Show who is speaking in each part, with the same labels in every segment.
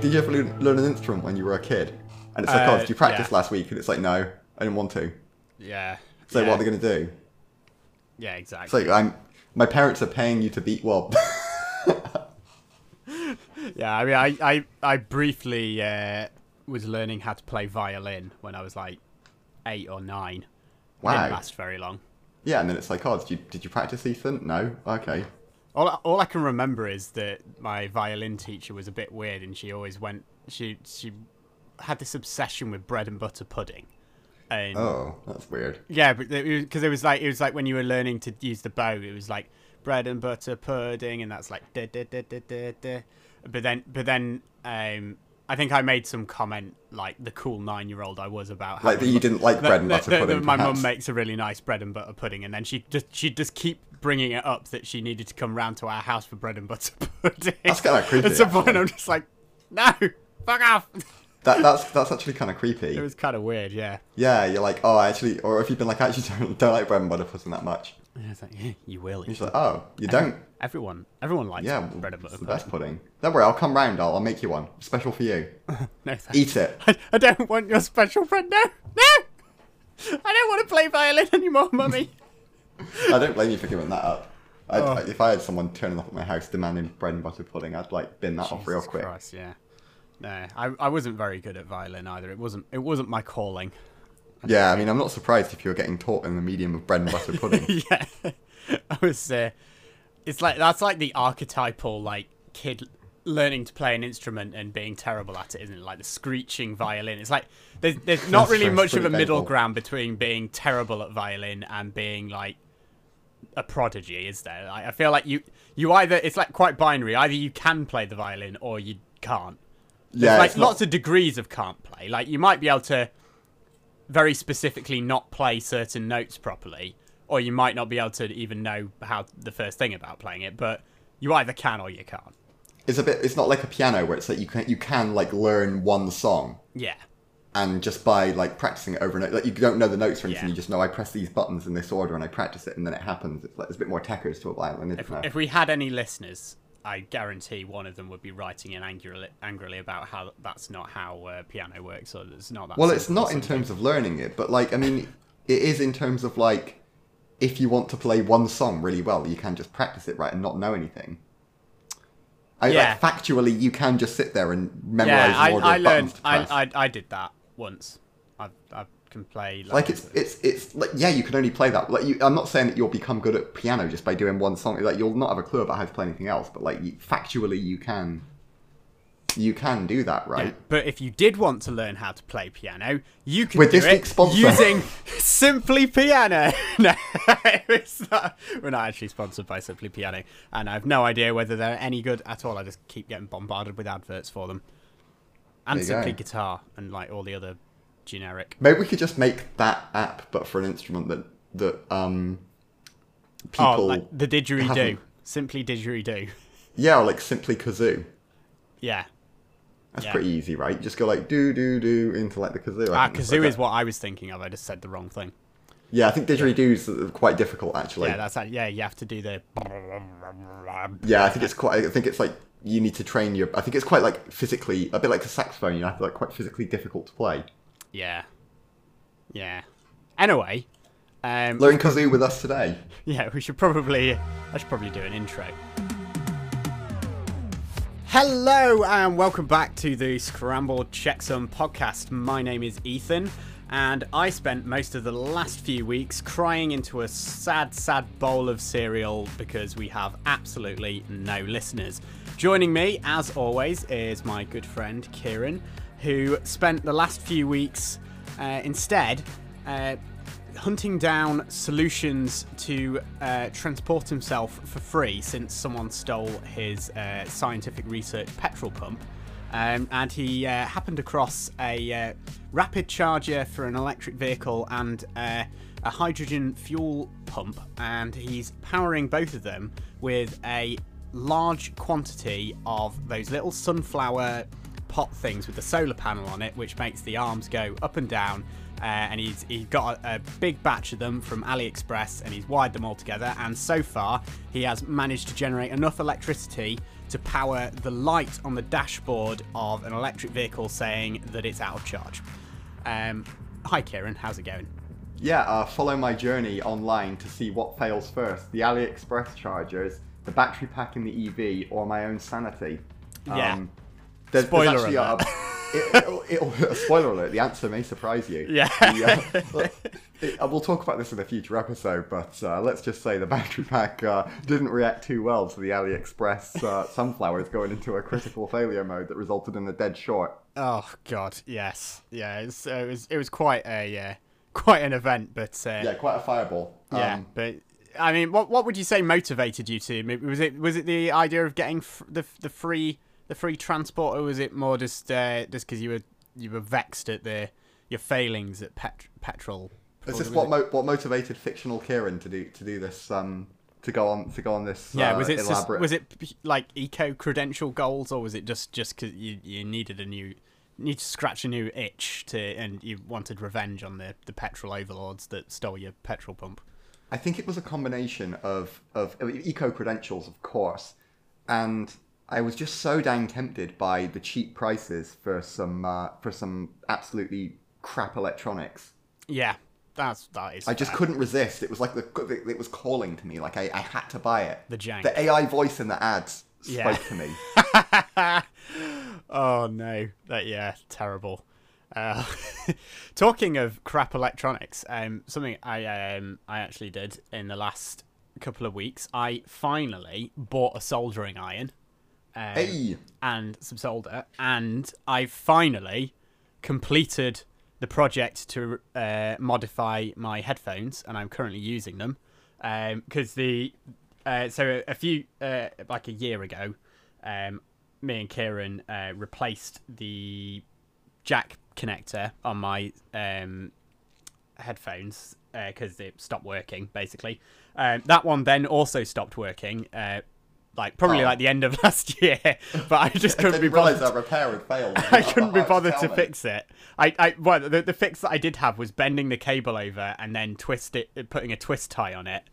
Speaker 1: Did you ever learn, learn an instrument when you were a kid? And it's like,
Speaker 2: Uh,
Speaker 1: oh, did you practice
Speaker 2: yeah.
Speaker 1: last week? And it's like, no, I didn't want to.
Speaker 2: Yeah.
Speaker 1: So
Speaker 2: yeah.
Speaker 1: what are they going to do?
Speaker 2: Yeah,
Speaker 1: It's like,
Speaker 2: exactly.
Speaker 1: I'm, my parents are paying you to beat Wob.
Speaker 2: yeah, I mean, I, I, I briefly uh, was learning how to play violin when I was like eight or nine. Didn't
Speaker 1: wow.
Speaker 2: last very long.
Speaker 1: Yeah, and then it's like, oh, did you, did you practice, Ethan? No. Okay.
Speaker 2: All, all I can remember is that my violin teacher was a bit weird, and she always went. She she had this obsession with bread and butter pudding, and
Speaker 1: Oh, that's weird.
Speaker 2: yeah, but because it, was like it was like when you were learning to use the bow, it was like bread and butter pudding, and that's like da da da da da da. But then, but then, um, I think I made some comment like the cool nine-year-old I was about how
Speaker 1: Like that you didn't like bread and butter pudding.
Speaker 2: my mum
Speaker 1: perhaps.
Speaker 2: makes a really nice bread and butter pudding, and then she just she would just keep bringing it up that she needed to come round to our house for bread and butter pudding.
Speaker 1: That's kinda creepy,
Speaker 2: At some point,
Speaker 1: actually.
Speaker 2: I'm just like, no, fuck off.
Speaker 1: That, that's that's actually kind of creepy.
Speaker 2: It was kind of weird, yeah.
Speaker 1: Yeah, you're like, oh, I actually, or if you've been like, I actually don't, don't like bread and butter pudding that much.
Speaker 2: And I was like, you will.
Speaker 1: It's like, oh, you don't.
Speaker 2: Everyone, everyone likes
Speaker 1: Yeah, well,
Speaker 2: bread and
Speaker 1: it's
Speaker 2: butter
Speaker 1: the
Speaker 2: pudding.
Speaker 1: best pudding. Don't worry, I'll come round. I'll, I'll make you one special for you.
Speaker 2: No, thanks.
Speaker 1: Eat it.
Speaker 2: I, I don't want your special friend. No, no. I don't want to play violin anymore, mummy.
Speaker 1: I don't blame you for giving that up. I'd,
Speaker 2: Oh.
Speaker 1: If I had someone turning up at my house demanding bread and butter pudding, I'd like bin that off real
Speaker 2: Jesus
Speaker 1: quick.
Speaker 2: Christ, yeah. No, I, I wasn't very good at violin either. It wasn't it wasn't my calling.
Speaker 1: Yeah, I mean, I'm not surprised if you're getting taught in the medium of bread and butter pudding.
Speaker 2: yeah, I was. Uh, it's like that's like the archetypal like kid learning to play an instrument and being terrible at it, isn't it? Like the screeching violin. It's like there's there's not
Speaker 1: That's
Speaker 2: really
Speaker 1: true, it's
Speaker 2: much of a
Speaker 1: pretty
Speaker 2: middle
Speaker 1: painful.
Speaker 2: ground between being terrible at violin and being like a prodigy, is there? Like, I feel like you you either it's like quite binary. Either you can play the violin or you can't.
Speaker 1: yeah,
Speaker 2: like
Speaker 1: it's not-
Speaker 2: lots of degrees of can't play. Like you might be able to very specifically not play certain notes properly, or you might not be able to even know how the first thing about playing it. But you either can or you can't.
Speaker 1: it's a bit. It's not like a piano where it's like you can you can like learn one song
Speaker 2: Yeah,
Speaker 1: and just by like practicing it over and over, like you don't know the notes or anything.
Speaker 2: Yeah.
Speaker 1: You just know I press these buttons in this order and I practice it and then it happens. It's like there's a bit more techers to a violin, isn't
Speaker 2: if,
Speaker 1: there?
Speaker 2: if we had any listeners, I guarantee one of them would be writing in angrily, angrily about how that's not how uh, piano works, or it's not that.
Speaker 1: Well, it's
Speaker 2: simple or
Speaker 1: not in
Speaker 2: something.
Speaker 1: terms of learning it, but like I mean, it is in terms of like if you want to play one song really well, you can just practice it right and not know anything. I,
Speaker 2: Yeah.
Speaker 1: like, factually, you can just sit there and memorize
Speaker 2: Yeah, I,
Speaker 1: an order
Speaker 2: I
Speaker 1: of
Speaker 2: learned.
Speaker 1: buttons to press.
Speaker 2: I, I I did that once. I I can play like,
Speaker 1: like it's it's it's like yeah, you can only play that. Like you, I'm not saying that you'll become good at piano just by doing one song. Like you'll not have a clue about how to play anything else, but like you, factually, you can you can do that, right?
Speaker 2: But if you did want to learn how to play piano, you could
Speaker 1: With
Speaker 2: do
Speaker 1: this
Speaker 2: it
Speaker 1: week's sponsor.
Speaker 2: using Simply Piano. no, it's not, we're not actually sponsored by Simply Piano, and I have no idea whether they're any good at all. I just keep getting bombarded with adverts for them, and
Speaker 1: There you
Speaker 2: Simply
Speaker 1: go.
Speaker 2: Guitar, and like all the other generic.
Speaker 1: Maybe we could just make that app, but for an instrument that that um people
Speaker 2: oh, like the didgeridoo,
Speaker 1: haven't-
Speaker 2: Simply Didgeridoo.
Speaker 1: yeah, or like simply kazoo.
Speaker 2: Yeah,
Speaker 1: That's
Speaker 2: Yeah.
Speaker 1: pretty easy, right? You just go like do do do into like the kazoo. I
Speaker 2: ah,
Speaker 1: think that's
Speaker 2: kazoo
Speaker 1: like
Speaker 2: is
Speaker 1: a-
Speaker 2: what I was thinking of. I just said the wrong thing.
Speaker 1: Yeah, I think didgeridoo's quite difficult actually.
Speaker 2: Yeah, that's yeah. You have to do the.
Speaker 1: Yeah, I think it's quite. I think it's like you need to train your. I think it's quite like physically a bit like a saxophone. You have to like quite physically difficult to play.
Speaker 2: Yeah. Yeah. Anyway, um,
Speaker 1: Learn kazoo with us today.
Speaker 2: yeah, we should probably I should probably do an intro. Hello and welcome back to the Scrambled Checksum podcast. My name is Ethan, and I spent most of the last few weeks crying into a sad, sad bowl of cereal because we have absolutely no listeners. Joining me, as always, is my good friend Kieran, who spent the last few weeks uh, instead uh, hunting down solutions to uh, transport himself for free since someone stole his uh, scientific research petrol pump. Um, and he uh, happened across a uh, rapid charger for an electric vehicle and uh, a hydrogen fuel pump, and he's powering both of them with a large quantity of those little sunflower pot things with the solar panel on it, which makes the arms go up and down uh, and he's he got a, a big batch of them from AliExpress, and he's wired them all together. And so far, he has managed to generate enough electricity to power the light on the dashboard of an electric vehicle, saying that it's out of charge. Um, hi, Kieran. How's it going?
Speaker 1: Yeah, uh, follow my journey online to see what fails first: the AliExpress chargers, the battery pack in the EV, or my own sanity. Um,
Speaker 2: Yeah.
Speaker 1: there's,
Speaker 2: Spoiler
Speaker 1: there's actually
Speaker 2: alert.
Speaker 1: A, it, it, it, spoiler alert: the answer may surprise you.
Speaker 2: Yeah.
Speaker 1: The, uh, it- uh, we'll talk about this in a future episode, but uh, let's just say the battery pack uh, didn't react too well to the AliExpress uh, sunflowers going into a critical failure mode that resulted in a dead short.
Speaker 2: Oh God, yes, yeah. It's, uh, it was it was quite a uh, quite an event, but uh,
Speaker 1: Yeah, quite a fireball.
Speaker 2: yeah,
Speaker 1: Um,
Speaker 2: but I mean, what what would you say motivated you to? Maybe- Was it was it the idea of getting f- the the free the free transport, or was it more just uh, just because you were you were vexed at the your failings at pet- petrol?
Speaker 1: Is
Speaker 2: was
Speaker 1: this
Speaker 2: it-
Speaker 1: what mo- what motivated fictional Kieran to do to do this um to go on to go on this
Speaker 2: yeah,
Speaker 1: uh,
Speaker 2: was it sus-
Speaker 1: elaborate
Speaker 2: was it p- like eco credential goals, or was it just just because you, you needed a new need to scratch a new itch to and you wanted revenge on the the petrol overlords that stole your petrol pump?
Speaker 1: I think it was a combination of of eco credentials, of course, and I was just so dang tempted by the cheap prices for some uh, for some absolutely crap electronics.
Speaker 2: Yeah, that's that is.
Speaker 1: I just couldn't resist. It was like the it was calling to me. Like I, I had to buy it.
Speaker 2: The jank.
Speaker 1: The AI voice in the ads spoke
Speaker 2: Yeah.
Speaker 1: to me.
Speaker 2: oh no, that yeah, terrible. Uh, talking of crap electronics, um, something I um I actually did in the last couple of weeks. I finally bought a soldering iron. Um,
Speaker 1: hey,
Speaker 2: and some solder, and I finally completed the project to uh, modify my headphones, and I'm currently using them because the uh, so a, a few uh, like a year ago, um, me and Kieran uh, replaced the jack connector on my um, headphones because it stopped working basically. Um, that one then also stopped working, uh, like probably
Speaker 1: Oh.
Speaker 2: like the end of last year, but I just couldn't be
Speaker 1: didn't realize
Speaker 2: bothered.
Speaker 1: that repair had failed.
Speaker 2: I couldn't be
Speaker 1: Perhaps
Speaker 2: bothered
Speaker 1: tell
Speaker 2: to
Speaker 1: me.
Speaker 2: fix it. I, I well, the, the fix that I did have was bending the cable over and then twist it, uh, putting a twist tie on it.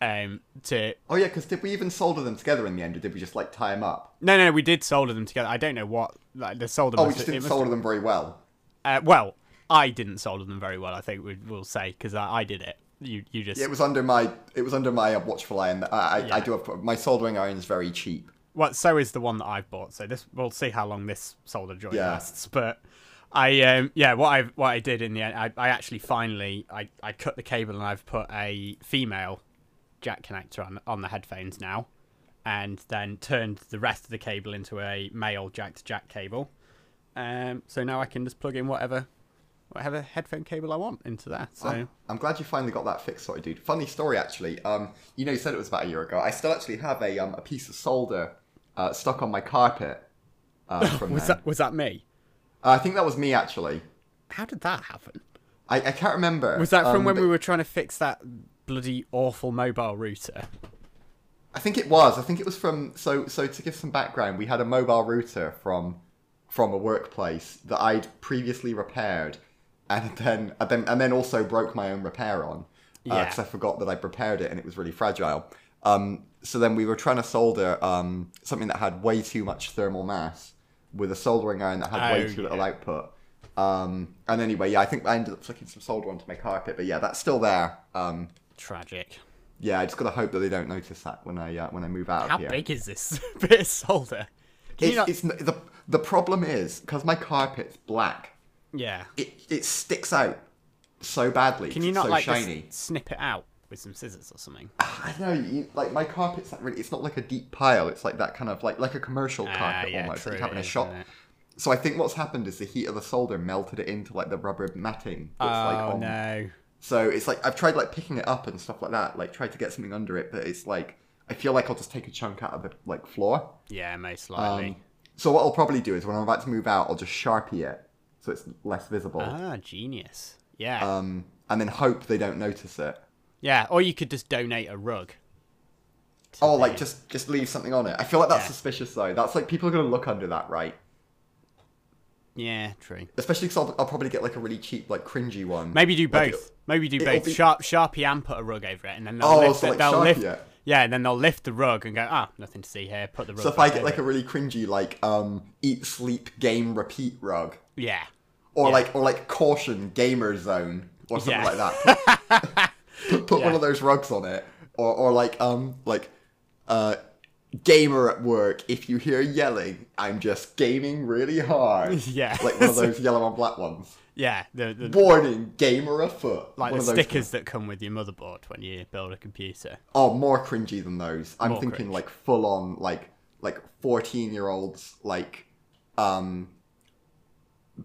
Speaker 2: Um, to
Speaker 1: Oh yeah, because did we even solder them together in the end, or did we just like tie them up?
Speaker 2: no, no, we did solder them together. I don't know what like the solder.
Speaker 1: Oh, we
Speaker 2: must-
Speaker 1: just
Speaker 2: it
Speaker 1: didn't
Speaker 2: must-
Speaker 1: solder them very well.
Speaker 2: Uh, well, I didn't solder them very well. I think we will say because I, I did it. You, you just
Speaker 1: It was under my it was under my uh, watchful eye, and I, I,
Speaker 2: Yeah.
Speaker 1: I do have my soldering iron's very cheap.
Speaker 2: well, so is the one that I've bought. So this we'll see how long this solder joint
Speaker 1: Yeah.
Speaker 2: lasts. But I um yeah, what I what I did in the end, I, I actually finally I, I cut the cable and I've put a female jack connector on on the headphones now, and then turned the rest of the cable into a male jack to jack cable. Um, so now I can just plug in whatever whatever headphone cable I want into there. So.
Speaker 1: I'm, I'm glad you finally got that fixed, sorry, dude. Funny story, actually. Um, you know, you said it was about a year ago. I still actually have a um a piece of solder uh, stuck on my carpet. Uh, from
Speaker 2: Was
Speaker 1: then.
Speaker 2: that was that me?
Speaker 1: Uh, I think that was me actually.
Speaker 2: How did that happen?
Speaker 1: I, I can't remember.
Speaker 2: Was that from
Speaker 1: Um,
Speaker 2: when
Speaker 1: but
Speaker 2: we were trying to fix that bloody awful mobile router?
Speaker 1: I think it was. I think it was from. So so to give some background, we had a mobile router from from a workplace that I'd previously repaired, and then and then and then also broke my own repair on
Speaker 2: Yeah.
Speaker 1: because I forgot that I repaired it and it was really fragile. Um, so then we were trying to solder um, something that had way too much thermal mass with a soldering iron that had
Speaker 2: Oh,
Speaker 1: way too little
Speaker 2: yeah.
Speaker 1: output. Um, and anyway, yeah, I think I ended up flicking some solder onto my carpet, but yeah, that's still there. Um,
Speaker 2: Tragic.
Speaker 1: yeah, I just gotta hope that they don't notice that when I uh, when I move out of
Speaker 2: How
Speaker 1: here.
Speaker 2: big is this bit of solder? Can you
Speaker 1: It's,
Speaker 2: not-
Speaker 1: it's n the the problem is because my carpet's black,
Speaker 2: yeah.
Speaker 1: it it sticks out so badly.
Speaker 2: Can
Speaker 1: 'cause
Speaker 2: you
Speaker 1: it's
Speaker 2: not
Speaker 1: so
Speaker 2: like just
Speaker 1: shiny?
Speaker 2: snip it out with some scissors or something?
Speaker 1: I don't know. You, like my carpet's not really. It's not like a deep pile. It's like that kind of like like a commercial
Speaker 2: Ah,
Speaker 1: carpet
Speaker 2: yeah,
Speaker 1: almost that you
Speaker 2: true,
Speaker 1: have in
Speaker 2: it
Speaker 1: a
Speaker 2: is,
Speaker 1: shop.
Speaker 2: isn't it?
Speaker 1: So I think what's happened is the heat of the solder melted it into like the rubber matting. That's like
Speaker 2: oh
Speaker 1: on,
Speaker 2: no.
Speaker 1: So it's like I've tried like picking it up and stuff like that. Like tried to get something under it, but it's like I feel like I'll just take a chunk out of the like floor.
Speaker 2: Yeah, most
Speaker 1: Um,
Speaker 2: likely.
Speaker 1: so what I'll probably do is when I'm about to move out, I'll just sharpie it so it's less visible,
Speaker 2: ah, genius. Yeah.
Speaker 1: um, and then hope they don't notice it.
Speaker 2: yeah, or you could just donate a rug. to
Speaker 1: Oh,
Speaker 2: the-
Speaker 1: like just just leave something on it. I feel like that's
Speaker 2: Yeah.
Speaker 1: suspicious though. That's like people are gonna look under that, right?
Speaker 2: Yeah, true.
Speaker 1: Especially because I'll, I'll probably get like a really cheap, like cringy one.
Speaker 2: Maybe do
Speaker 1: Like,
Speaker 2: both. Maybe do
Speaker 1: it'll
Speaker 2: both.
Speaker 1: be-
Speaker 2: Sharp, Sharpie and put a rug over it, and then they'll
Speaker 1: Oh,
Speaker 2: lift.
Speaker 1: so
Speaker 2: it-
Speaker 1: like
Speaker 2: they'll
Speaker 1: Sharpie
Speaker 2: lift.
Speaker 1: it.
Speaker 2: Yeah, and then they'll lift the rug and go, ah, nothing to see here. Put the rug.
Speaker 1: so if I
Speaker 2: back
Speaker 1: get
Speaker 2: over
Speaker 1: like
Speaker 2: it."
Speaker 1: a really cringy, like um, eat, sleep, game, repeat rug,
Speaker 2: yeah,
Speaker 1: or
Speaker 2: Yeah.
Speaker 1: like or like caution, gamer zone, or something
Speaker 2: Yeah.
Speaker 1: like that. Put, put one of those rugs on it, or or like um like uh gamer at work. If you hear yelling, I'm just gaming really hard.
Speaker 2: Yeah.
Speaker 1: like one of those yellow and black ones.
Speaker 2: yeah, the, the
Speaker 1: Warning, gamer afoot. one
Speaker 2: like the
Speaker 1: of those
Speaker 2: stickers that come with your motherboard when you build a computer.
Speaker 1: Oh, more cringy than those. I'm
Speaker 2: More
Speaker 1: thinking
Speaker 2: cringe.
Speaker 1: like full on like like 14 year olds like um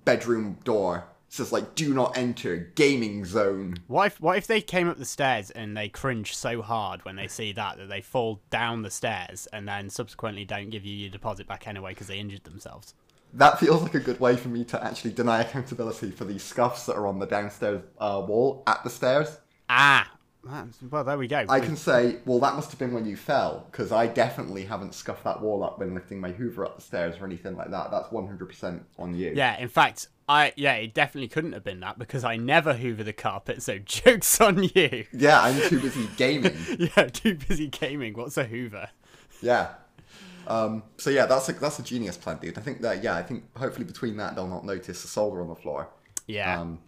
Speaker 1: bedroom door says like do not enter gaming zone.
Speaker 2: What if what if they came up the stairs and they cringe so hard when they see that that they fall down the stairs and then subsequently don't give you your deposit back anyway because they injured themselves?
Speaker 1: That feels like a good way for me to actually deny accountability for these scuffs that are on the downstairs uh, wall at the stairs.
Speaker 2: Ah, that's- well there we go.
Speaker 1: I
Speaker 2: We-
Speaker 1: can say, well, that must have been when you fell, because I definitely haven't scuffed that wall up when lifting my Hoover up the stairs or anything like that. That's 100% on you.
Speaker 2: Yeah, in fact, I yeah, it definitely couldn't have been that because I never hoover the carpet, so jokes on you.
Speaker 1: Yeah, I'm too busy gaming.
Speaker 2: Yeah, too busy gaming. What's a hoover?
Speaker 1: Yeah. Um, so yeah, that's a that's a genius plan, dude. I think that yeah, I think hopefully between that they'll not notice the solder on the floor.
Speaker 2: Yeah.
Speaker 1: Um,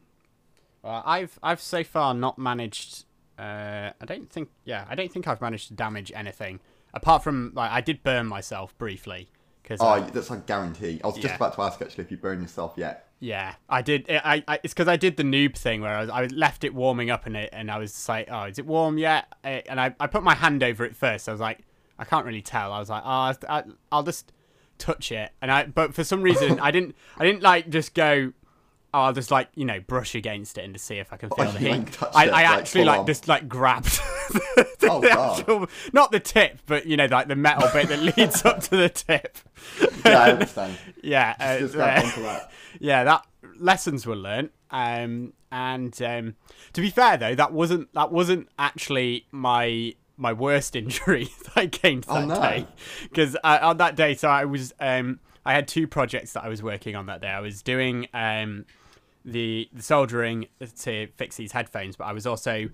Speaker 2: well, I've I've so far not managed uh I don't think yeah, I don't think I've managed to damage anything apart from like I did burn myself briefly cuz
Speaker 1: oh, that's a guarantee. I was just
Speaker 2: Yeah.
Speaker 1: about to ask actually if you burn yourself yet.
Speaker 2: Yeah, I did. eh, I, I it's because I did the noob thing where I, was, I left it warming up in it, and I was just like, "Oh, is it warm yet?" Eh, And I, I put my hand over it first. I was like, I can't really tell. I was like, "Oh, I, I, I'll just touch it." And I, but for some reason, I didn't. I didn't like just go. Oh, I'll just like you know brush against it and just see if I can
Speaker 1: Oh,
Speaker 2: feel the
Speaker 1: you,
Speaker 2: heat.
Speaker 1: like, touched
Speaker 2: I,
Speaker 1: it,
Speaker 2: I
Speaker 1: like,
Speaker 2: actually
Speaker 1: full
Speaker 2: like
Speaker 1: on.
Speaker 2: just like grabbed. the,
Speaker 1: Oh,
Speaker 2: the
Speaker 1: God.
Speaker 2: actual- not the tip, but you know, like the metal bit that leads up to the tip.
Speaker 1: Yeah, I understand.
Speaker 2: yeah, uh,
Speaker 1: just grab
Speaker 2: uh,
Speaker 1: onto that.
Speaker 2: yeah, that lessons were learnt. Um, and um, to be fair though, that wasn't that wasn't actually my my worst injury that I gained that
Speaker 1: no.
Speaker 2: day because on that day, so I was um, I had two projects that I was working on that day. I was doing um, the, the soldering to fix these headphones, but I was also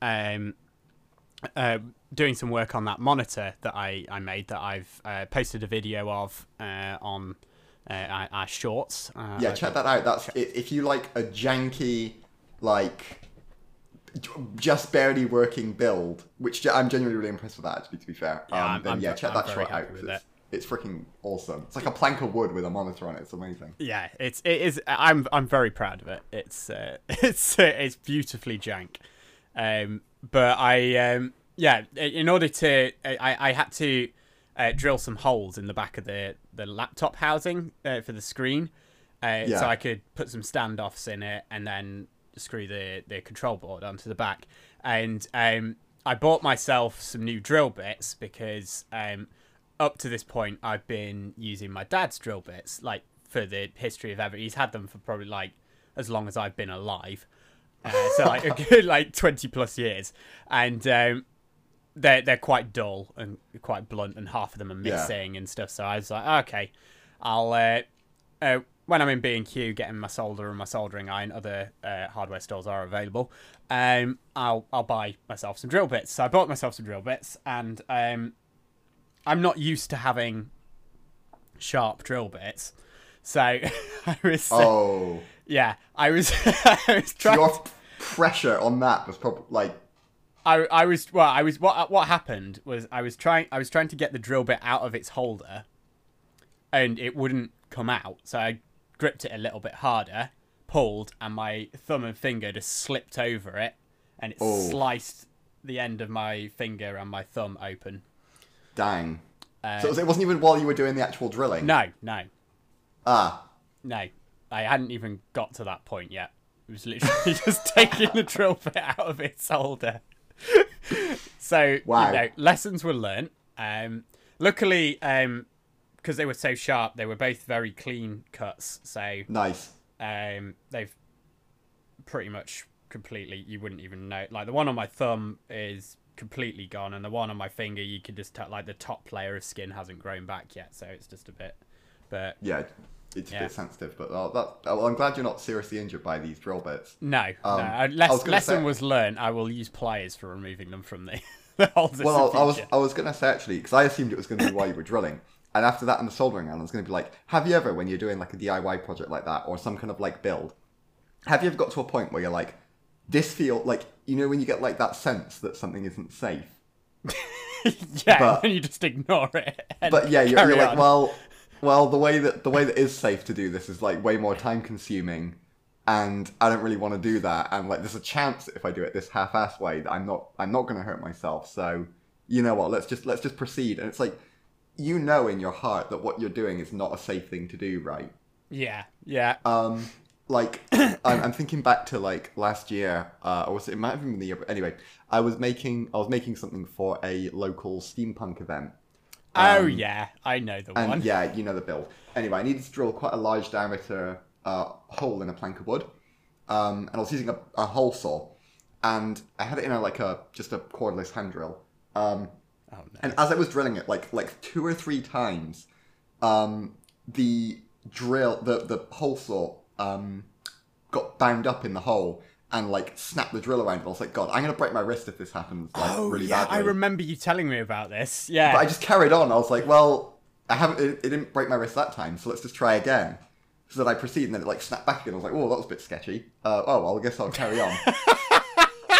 Speaker 2: um, uh, doing some work on that monitor that I, I made that I've uh, posted a video of uh, on uh, our, our shorts. Uh,
Speaker 1: Yeah, check that out. That's i- if you like a janky, like j- just barely working build, which ge- I'm genuinely really impressed with that. Actually, to be fair,
Speaker 2: Yeah,
Speaker 1: um,
Speaker 2: I'm-
Speaker 1: then
Speaker 2: I'm-
Speaker 1: yeah, check
Speaker 2: I'm
Speaker 1: that
Speaker 2: very
Speaker 1: short
Speaker 2: happy
Speaker 1: out. 'cause
Speaker 2: with
Speaker 1: It's, it's freaking awesome. It's like a plank of wood with a monitor on it. It's amazing.
Speaker 2: Yeah, it's it is. I'm I'm very proud of it. It's uh, it's uh, it's beautifully jank, um, but I um, yeah. i- In order to, I- I, I had to uh, drill some holes in the back of the the laptop housing uh, for the screen, uh,
Speaker 1: Yeah.
Speaker 2: so I could put some standoffs in it and then screw the the control board onto the back. And um, I bought myself some new drill bits because um, up to this point, I've been using my dad's drill bits, like for the history of ever. He's had them for probably like as long as I've been alive, uh, so like a good like twenty plus years, and um, they're they're quite dull and quite blunt, and half of them are
Speaker 1: Yeah.
Speaker 2: missing and stuff. So I was like, okay, I'll uh, uh, when I'm in B and Q, getting my solder and my soldering iron, other uh, hardware stores are available. Um, I'll I'll buy myself some drill bits. So I bought myself some drill bits, and um, I'm not used to having sharp drill bits. So I was,
Speaker 1: Oh.
Speaker 2: yeah, I was, I was trying.
Speaker 1: your pressure on that was probably like
Speaker 2: I, I was well I was what what happened was I was trying I was trying to get the drill bit out of its holder and it wouldn't come out so I gripped it a little bit harder pulled and my thumb and finger just slipped over it and it
Speaker 1: Oh.
Speaker 2: sliced the end of my finger and my thumb open
Speaker 1: dang. so it wasn't even while you were doing the actual drilling.
Speaker 2: Uh, no no
Speaker 1: Ah,
Speaker 2: no I hadn't even got to that point yet it was literally just taking the drill bit out of its holder So
Speaker 1: Wow.
Speaker 2: you know, lessons were learnt. Um, luckily, because they were so sharp, they were both very clean cuts. So
Speaker 1: nice.
Speaker 2: um, they've pretty much completely. You wouldn't even know. Like the one on my thumb is completely gone, and the one on my finger, you could just tell. Like the top layer of skin hasn't grown back yet, so it's just a bit. But
Speaker 1: Yeah, It's a
Speaker 2: Yeah.
Speaker 1: bit sensitive, but oh, that, oh, I'm glad you're not seriously injured by these drill bits.
Speaker 2: No,
Speaker 1: Um,
Speaker 2: no.
Speaker 1: I
Speaker 2: uh,
Speaker 1: was
Speaker 2: Less,
Speaker 1: gonna
Speaker 2: lesson
Speaker 1: say-
Speaker 2: was learned. I will use pliers for removing them from the, the holders.
Speaker 1: Well,
Speaker 2: in
Speaker 1: I was
Speaker 2: future.
Speaker 1: I was gonna say actually because I assumed it was gonna be while you were drilling, and after that and the soldering iron, I was gonna be like, have you ever when you're doing like a DIY project like that or some kind of like build, have you ever got to a point where you're like, this feel like you know when you get like that sense that something isn't safe,
Speaker 2: yeah,
Speaker 1: but-
Speaker 2: and you just ignore it. and
Speaker 1: but yeah, you're,
Speaker 2: carry
Speaker 1: you're like,
Speaker 2: on.
Speaker 1: well, well, the way that the way that is safe to do this is like way more time consuming, and I don't really want to do that. And like, there's a chance that if I do it this half-ass way, that I'm not I'm not going to hurt myself. So you know what? Let's just let's just proceed. And it's like you know in your heart that what you're doing is not a safe thing to do, right?
Speaker 2: yeah, yeah.
Speaker 1: um like I'm, I'm thinking back to like last year uh or was it, it might have been the year but anyway i was making i was making something for a local steampunk event
Speaker 2: oh yeah, I know the
Speaker 1: and
Speaker 2: one.
Speaker 1: yeah you know the build anyway i needed to drill quite a large diameter uh hole in a plank of wood um and i was using a, a hole saw and i had it in a like a just a cordless hand drill um
Speaker 2: Oh no.
Speaker 1: and as I was drilling it, like like two or three times, um, the drill, the the hole saw, um, got bound up in the hole and like snapped the drill around. I was like, God, I'm gonna break my wrist if this happens. Like,
Speaker 2: oh
Speaker 1: really
Speaker 2: yeah,
Speaker 1: badly.
Speaker 2: I remember you telling me about this. Yeah,
Speaker 1: But I just carried on. I was like, Well, I haven't. It, it didn't break my wrist that time, so let's just try again. So then I proceed, and then it like snapped back again. I was like, "Oh, that was a bit sketchy." Uh, oh well, I guess I'll carry on.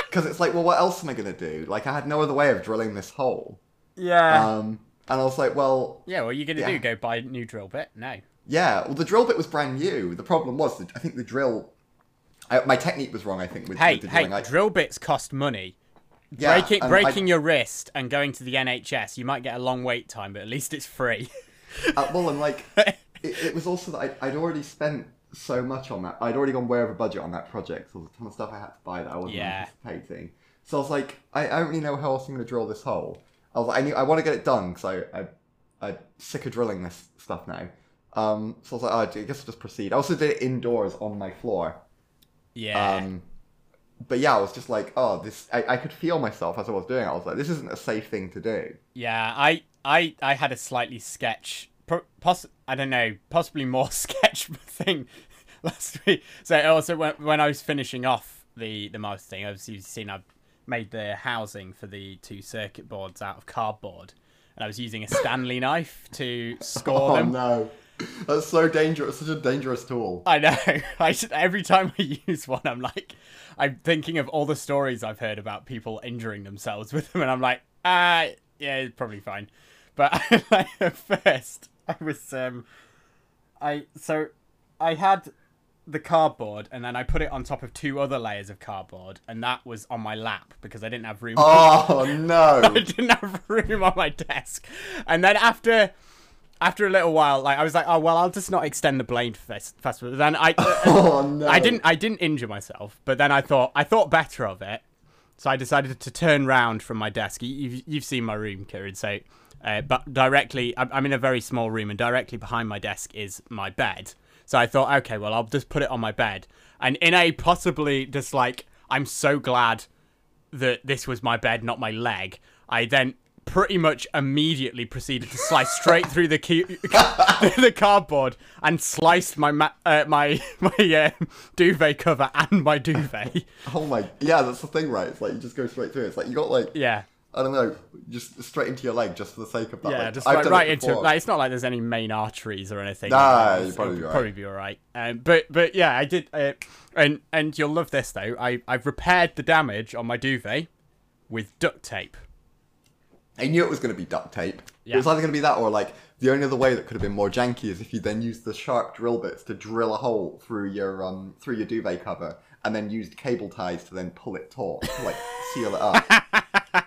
Speaker 1: Because it's like, well, what else am I gonna do? Like, I had no other way of drilling this hole.
Speaker 2: yeah,
Speaker 1: Um, and I was like, well,
Speaker 2: yeah. What are you gonna
Speaker 1: yeah.
Speaker 2: do? Go buy a new drill bit? No.
Speaker 1: Yeah, well, the drill bit was brand new. The problem was, that I think the drill, I, my technique was wrong. I think with,
Speaker 2: Hey,
Speaker 1: with the
Speaker 2: hey,
Speaker 1: drilling. I,
Speaker 2: drill bits cost money.
Speaker 1: yeah,
Speaker 2: breaking
Speaker 1: and
Speaker 2: breaking your wrist and going to the NHS, you might get a long wait time, but at least it's free.
Speaker 1: I, uh, well, and like, it, it was also that I, I'd already spent so much on that. I'd already gone way over budget on that project. So there was a ton of stuff I had to buy that I wasn't
Speaker 2: Yeah.
Speaker 1: anticipating. So I was like, I, I don't really know how else I'm going to drill this hole. I was like, I knew I want to get it done because I, I I'm sick of drilling this stuff now. Um, so I was like, oh, I guess I'll just proceed. I also did it indoors on my floor.
Speaker 2: yeah.
Speaker 1: Um, but yeah, I was just like, oh, this. I, I could feel myself as I was doing it. I was like, this isn't a safe thing to do.
Speaker 2: Yeah, I I I had a slightly sketch, pro- poss- I don't know, possibly more sketch thing last week. So also when when I was finishing off the the mouse thing, obviously you've seen I've made the housing for the two circuit boards out of cardboard, and I was using a Stanley knife to score
Speaker 1: Oh
Speaker 2: them.
Speaker 1: no, that's so dangerous. Such a dangerous tool.
Speaker 2: I know. I just, every time I use one, I'm like, I'm thinking of all the stories I've heard about people injuring themselves with them, and I'm like, ah, yeah, it's probably fine. But like, at first, I was, um, I so, I had the cardboard, and then I put it on top of two other layers of cardboard, and that was on my lap because I didn't have room.
Speaker 1: Oh
Speaker 2: I
Speaker 1: no.
Speaker 2: didn't have room on my desk. And then after after a little while, like I was like, oh well, I'll just not extend the blade fast. fast. But Then I
Speaker 1: Oh no.
Speaker 2: I didn't I didn't injure myself, but then I thought I thought better of it, so I decided to turn round from my desk. You- You've, you've seen my room, Kieran, so. Uh, but directly, I'm, I'm in a very small room, and directly behind my desk is my bed. So I thought, okay, well, I'll just put it on my bed. And in a possibly just like, I'm so glad that this was my bed, not my leg. I then pretty much immediately proceeded to slice straight through the key- the cardboard and sliced my ma- uh, my my uh, duvet cover and my duvet.
Speaker 1: Oh my. Yeah, that's the thing, right? It's like you just go straight through. it. It's like you got like
Speaker 2: Yeah.
Speaker 1: I don't know, just straight into your leg, just for the sake of that.
Speaker 2: Yeah,
Speaker 1: like,
Speaker 2: just
Speaker 1: I've
Speaker 2: like,
Speaker 1: done
Speaker 2: right
Speaker 1: it
Speaker 2: into
Speaker 1: before.
Speaker 2: like it's not like there's any main arteries or anything.
Speaker 1: Nah,
Speaker 2: It's-
Speaker 1: you'd probably
Speaker 2: it'd
Speaker 1: be
Speaker 2: probably be all right. Um, but but yeah, I did. Uh, and and you'll love this though. I I've repaired the damage on my duvet with duct tape.
Speaker 1: I knew it was going to be duct tape.
Speaker 2: Yeah.
Speaker 1: It was either going to be that or like the only other way that could have been more janky is if you then used the sharp drill bits to drill a hole through your um through your duvet cover and then used cable ties to then pull it taut to like seal it up.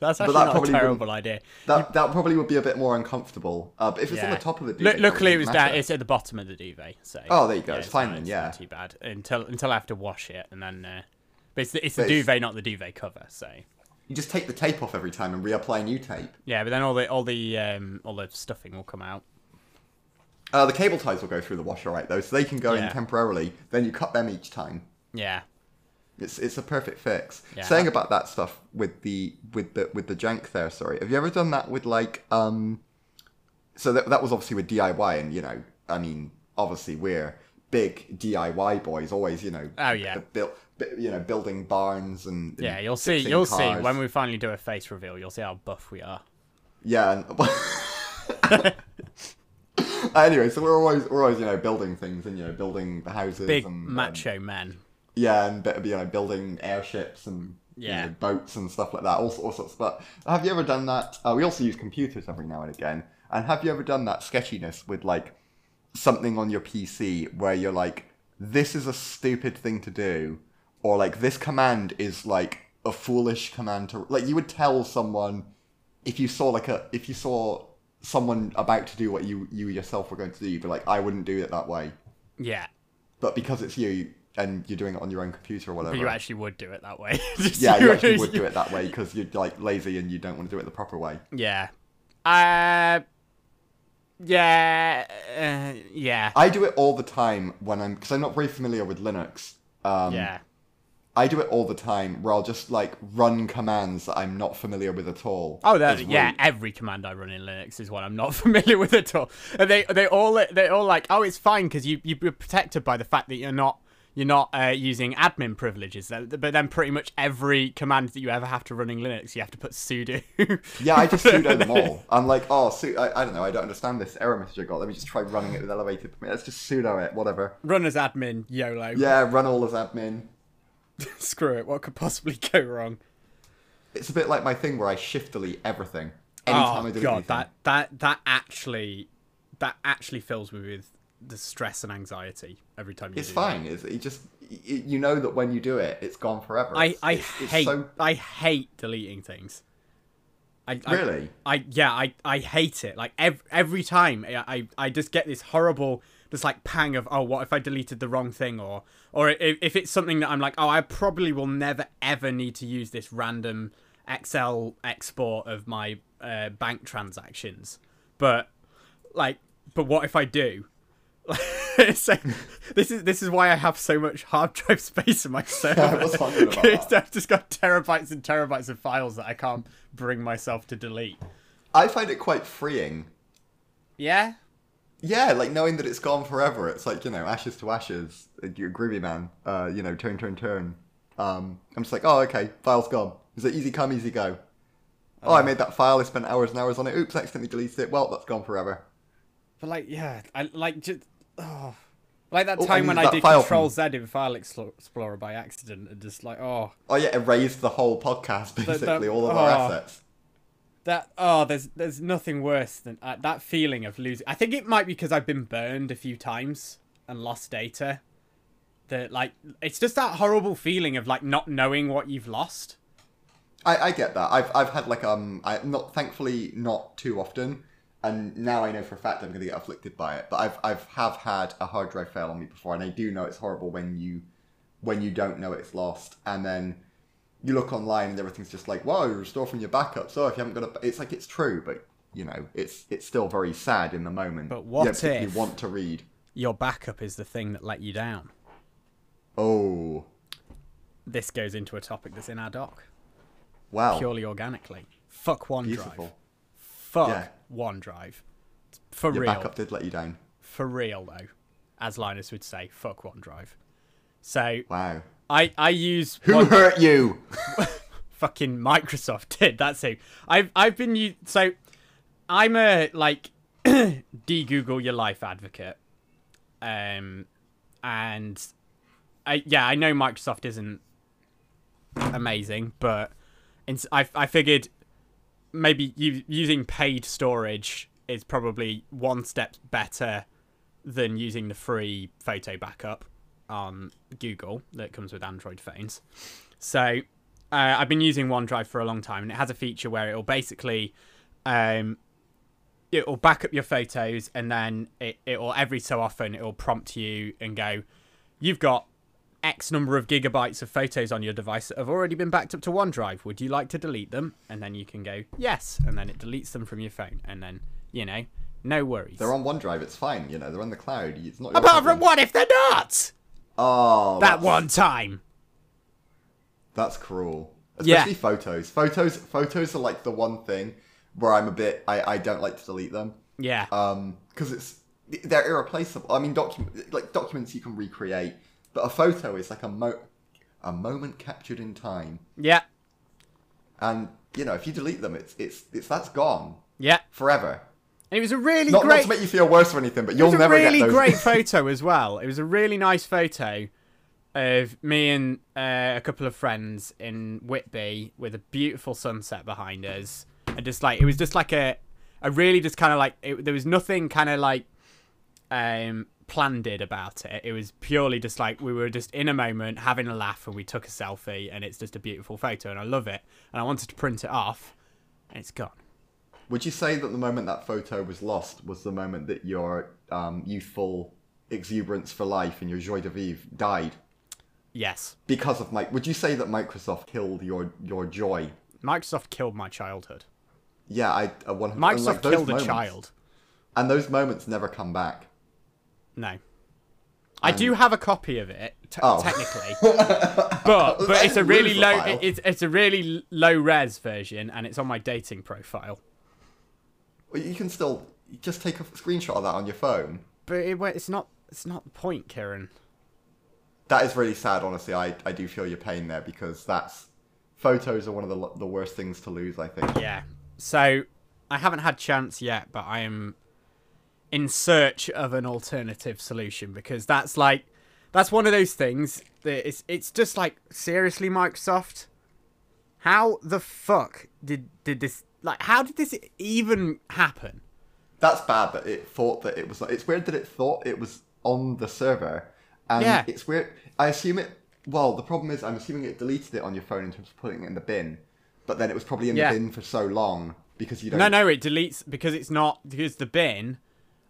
Speaker 2: That's actually
Speaker 1: that
Speaker 2: not a
Speaker 1: probably wouldn't-
Speaker 2: terrible idea.
Speaker 1: That that probably would be a bit more uncomfortable. Uh, but if it's on
Speaker 2: Yeah.
Speaker 1: the top of the
Speaker 2: Lu-
Speaker 1: duvet, cover,
Speaker 2: luckily,
Speaker 1: doesn't
Speaker 2: it was
Speaker 1: matter.
Speaker 2: down. It's at the bottom of the duvet. So
Speaker 1: Oh, there you go. It's
Speaker 2: not-
Speaker 1: fine then, yeah.
Speaker 2: not too bad until until I have to wash it and then. Uh, but it's the, it's the
Speaker 1: But if-
Speaker 2: duvet, not the duvet cover. So
Speaker 1: You just take the tape off every time and reapply new tape.
Speaker 2: yeah, but then all the all the um, all the stuffing will come out.
Speaker 1: Uh, the cable ties will go through the washer right though, so they can go
Speaker 2: Yeah.
Speaker 1: in temporarily. Then you cut them each time.
Speaker 2: Yeah,
Speaker 1: It's it's a perfect fix.
Speaker 2: Yeah.
Speaker 1: Saying about that stuff with the with the with the jank there, sorry. Have you ever done that with like um so that that was obviously with DIY and you know, I mean, obviously we're big DIY boys, always you know.
Speaker 2: Oh, yeah.
Speaker 1: Built, you know, building barns and
Speaker 2: Yeah,
Speaker 1: and
Speaker 2: you'll see.
Speaker 1: Mm. fixing
Speaker 2: You'll see
Speaker 1: cars.
Speaker 2: when we finally do a face reveal. You'll see how buff we are.
Speaker 1: Yeah. And... anyway, so we're always we're always you know building things and you know building houses
Speaker 2: Big
Speaker 1: and um,
Speaker 2: macho men.
Speaker 1: yeah, and bit- you know building airships and you
Speaker 2: Yeah.
Speaker 1: know, boats and stuff like that, all, all sorts. But have you ever done that? Uh, we also use computers every now and again. And have you ever done that sketchiness with like something on your PC where you're like, this is a stupid thing to do, or like this command is like a foolish command to like you would tell someone if you saw like a if you saw someone about to do what you you yourself were going to do, you'd be like, I wouldn't do it that way.
Speaker 2: Yeah,
Speaker 1: But because it's you and you're doing it on your own computer or whatever,
Speaker 2: but you actually would do it that way. Just
Speaker 1: yeah, you actually would do it that way because you're like lazy and you don't want to do it the proper way.
Speaker 2: Yeah. Uh. Yeah. Uh, yeah.
Speaker 1: I do it all the time when I'm because I'm not very familiar with Linux. Um,
Speaker 2: yeah.
Speaker 1: I do it all the time where I'll just like run commands that I'm not familiar with at all.
Speaker 2: Oh, that
Speaker 1: as
Speaker 2: yeah.
Speaker 1: root.
Speaker 2: Every command I run in Linux is one I'm not familiar with at all. And they they all they all like oh it's fine because you you're protected by the fact that you're not you're not uh, using admin privileges. Then- But then pretty much every command that you ever have to run in Linux, you have to put sudo.
Speaker 1: Yeah, I just pseudo them all. I'm like, oh, su- I, I don't know, I don't understand this error message I got. Let me just try running it with elevated. Let's just pseudo it, whatever.
Speaker 2: run as admin YOLO.
Speaker 1: Yeah, run all as admin.
Speaker 2: Screw it. What could possibly go wrong?
Speaker 1: It's a bit like my thing where I shift delete everything. Anytime
Speaker 2: Oh
Speaker 1: I do
Speaker 2: god,
Speaker 1: anything.
Speaker 2: that that that actually that actually fills me with the stress and anxiety every time you
Speaker 1: It's
Speaker 2: do that.
Speaker 1: fine. It's, it just y- y- you know that when you do it, it's gone forever.
Speaker 2: I
Speaker 1: It's-
Speaker 2: I
Speaker 1: it's- it's
Speaker 2: hate
Speaker 1: so-
Speaker 2: I hate deleting things. I, I-
Speaker 1: Really?
Speaker 2: I, yeah I I hate it. Like ev- every time I, I I just get this horrible this like pang of oh what if I deleted the wrong thing or or if, if it's something that I'm like oh I probably will never ever need to use this random Excel export of my uh, bank transactions, but like but what if I do? so, this is this is why I have so much hard drive space in my server.
Speaker 1: was wondering about
Speaker 2: 'Cause I've just got terabytes and terabytes of files that I can't bring myself to delete.
Speaker 1: I find it quite freeing.
Speaker 2: Yeah,
Speaker 1: Yeah, like knowing that it's gone forever. It's like you know, ashes to ashes. uh, You're a groovy man. Uh, you know, turn, turn, turn. Um, I'm just like, oh, okay, file's gone. Is it easy come, easy go? Oh,
Speaker 2: Uh-huh.
Speaker 1: I made that file. I spent hours and hours on it. Oops, accidentally deleted it. Well, that's gone forever.
Speaker 2: but like yeah, I like just oh. like that
Speaker 1: Oh, I
Speaker 2: time when
Speaker 1: used
Speaker 2: I
Speaker 1: that
Speaker 2: did
Speaker 1: file
Speaker 2: Control Z in File Explo- Explorer by accident and just like oh
Speaker 1: Oh yeah, erased the whole podcast basically, all of
Speaker 2: oh.
Speaker 1: our assets.
Speaker 2: that oh there's there's nothing worse than uh, that feeling of losing i think it might be because i've been burned a few times and lost data that like it's just that horrible feeling of like not knowing what you've lost
Speaker 1: I, I get that. I've I've had like um I not thankfully not too often, and now I know for a fact I'm going to get afflicted by it. But I've I've have had a hard drive fail on me before, and I do know it's horrible when you when you don't know it's lost, and then you look online and everything's just like whoa, restore from your backup. So if you haven't got a, it's like it's true, but you know it's it's still very sad in the moment.
Speaker 2: But
Speaker 1: You
Speaker 2: what
Speaker 1: don't particularly
Speaker 2: if-
Speaker 1: want to read?
Speaker 2: your backup is the thing that let you down
Speaker 1: Oh
Speaker 2: this goes into a topic that's in our doc
Speaker 1: wow,
Speaker 2: purely organically fuck one
Speaker 1: beautiful.
Speaker 2: drive fuck
Speaker 1: Yeah.
Speaker 2: one drive for
Speaker 1: Your
Speaker 2: real
Speaker 1: backup did let you down.
Speaker 2: for real though as linus would say fuck one drive so
Speaker 1: Wow.
Speaker 2: i i use
Speaker 1: Who
Speaker 2: OneDrive-
Speaker 1: hurt you?
Speaker 2: fucking Microsoft did. That's who. I've I've been u- so I'm a like de Google your life advocate. Um and I yeah, I know Microsoft isn't amazing, but it's, I I figured maybe u- using paid storage is probably one step better than using the free photo backup on Google that comes with Android phones. So uh, I've been using OneDrive for a long time, and it has a feature where it'll basically um, it'll back up your photos, and then it it'll every so often it'll prompt you and go, "You've got X number of gigabytes of photos on your device that have already been backed up to OneDrive. Would you like to delete them?" And then you can go, "Yes," and then it deletes them from your phone, and then you know, no worries.
Speaker 1: They're on OneDrive. It's fine. You know, they're on the cloud. It's not. your
Speaker 2: Apart
Speaker 1: problem.
Speaker 2: from what if they're not?
Speaker 1: Oh,
Speaker 2: That
Speaker 1: that's-
Speaker 2: one time.
Speaker 1: That's cruel.
Speaker 2: Yeah.
Speaker 1: Especially photos. Photos. Photos are like the one thing where I'm a bit. I I don't like to delete them.
Speaker 2: Yeah.
Speaker 1: Um, because it's they're irreplaceable. I mean, document like documents you can recreate, but a photo is like a mo a moment captured in time,
Speaker 2: Yeah.
Speaker 1: and you know if you delete them, it's it's it's that's gone
Speaker 2: Yeah.
Speaker 1: forever.
Speaker 2: And it was a really
Speaker 1: Not, not
Speaker 2: great
Speaker 1: to make you feel worse or anything, but
Speaker 2: It
Speaker 1: you'll
Speaker 2: was a
Speaker 1: never
Speaker 2: really
Speaker 1: get those.
Speaker 2: great photo as well. It was a really nice photo of me and uh, a couple of friends in Whitby with a beautiful sunset behind us, and just like it was just like a, a really just kind of like it, there was nothing kind of like um planned it about it. It was purely just like we were just in a moment having a laugh and we took a selfie, and it's just a beautiful photo, and I love it, and I wanted to print it off, and it's gone.
Speaker 1: Would you say that the moment that photo was lost was the moment that your um, youthful exuberance for life and your joie de vivre died
Speaker 2: Yes,
Speaker 1: because of Mike? Would you say that Microsoft killed your your joy?
Speaker 2: Microsoft killed my childhood.
Speaker 1: Yeah, I a one hundred.
Speaker 2: Microsoft killed a child.
Speaker 1: and those moments never come back.
Speaker 2: No. I do have a copy of it t-
Speaker 1: Um, Oh.
Speaker 2: technically, but but it's a
Speaker 1: didn't
Speaker 2: really
Speaker 1: lose the
Speaker 2: low
Speaker 1: file.
Speaker 2: it's it's a really low res version and it's on my dating profile.
Speaker 1: Well, you can still just take a screenshot of that on your phone.
Speaker 2: But it, wa- it's not it's not the point, Kieran.
Speaker 1: That is really sad, honestly. I, I do feel your pain there because that's photos are one of the lo- the worst things to lose. I think.
Speaker 2: Yeah. So I haven't had chance yet, but I am in search of an alternative solution because that's like that's one of those things that it's it's just like seriously Microsoft how the fuck did did this like how did this even happen?
Speaker 1: that's bad that it thought that it was it's weird that it thought it was on the server and
Speaker 2: Yeah.
Speaker 1: it's weird i assume it well the problem is i'm assuming it deleted it on your phone in terms of putting it in the bin but then it was probably in
Speaker 2: Yeah.
Speaker 1: the bin for so long because you don't
Speaker 2: No, no, it deletes because it's not because the bin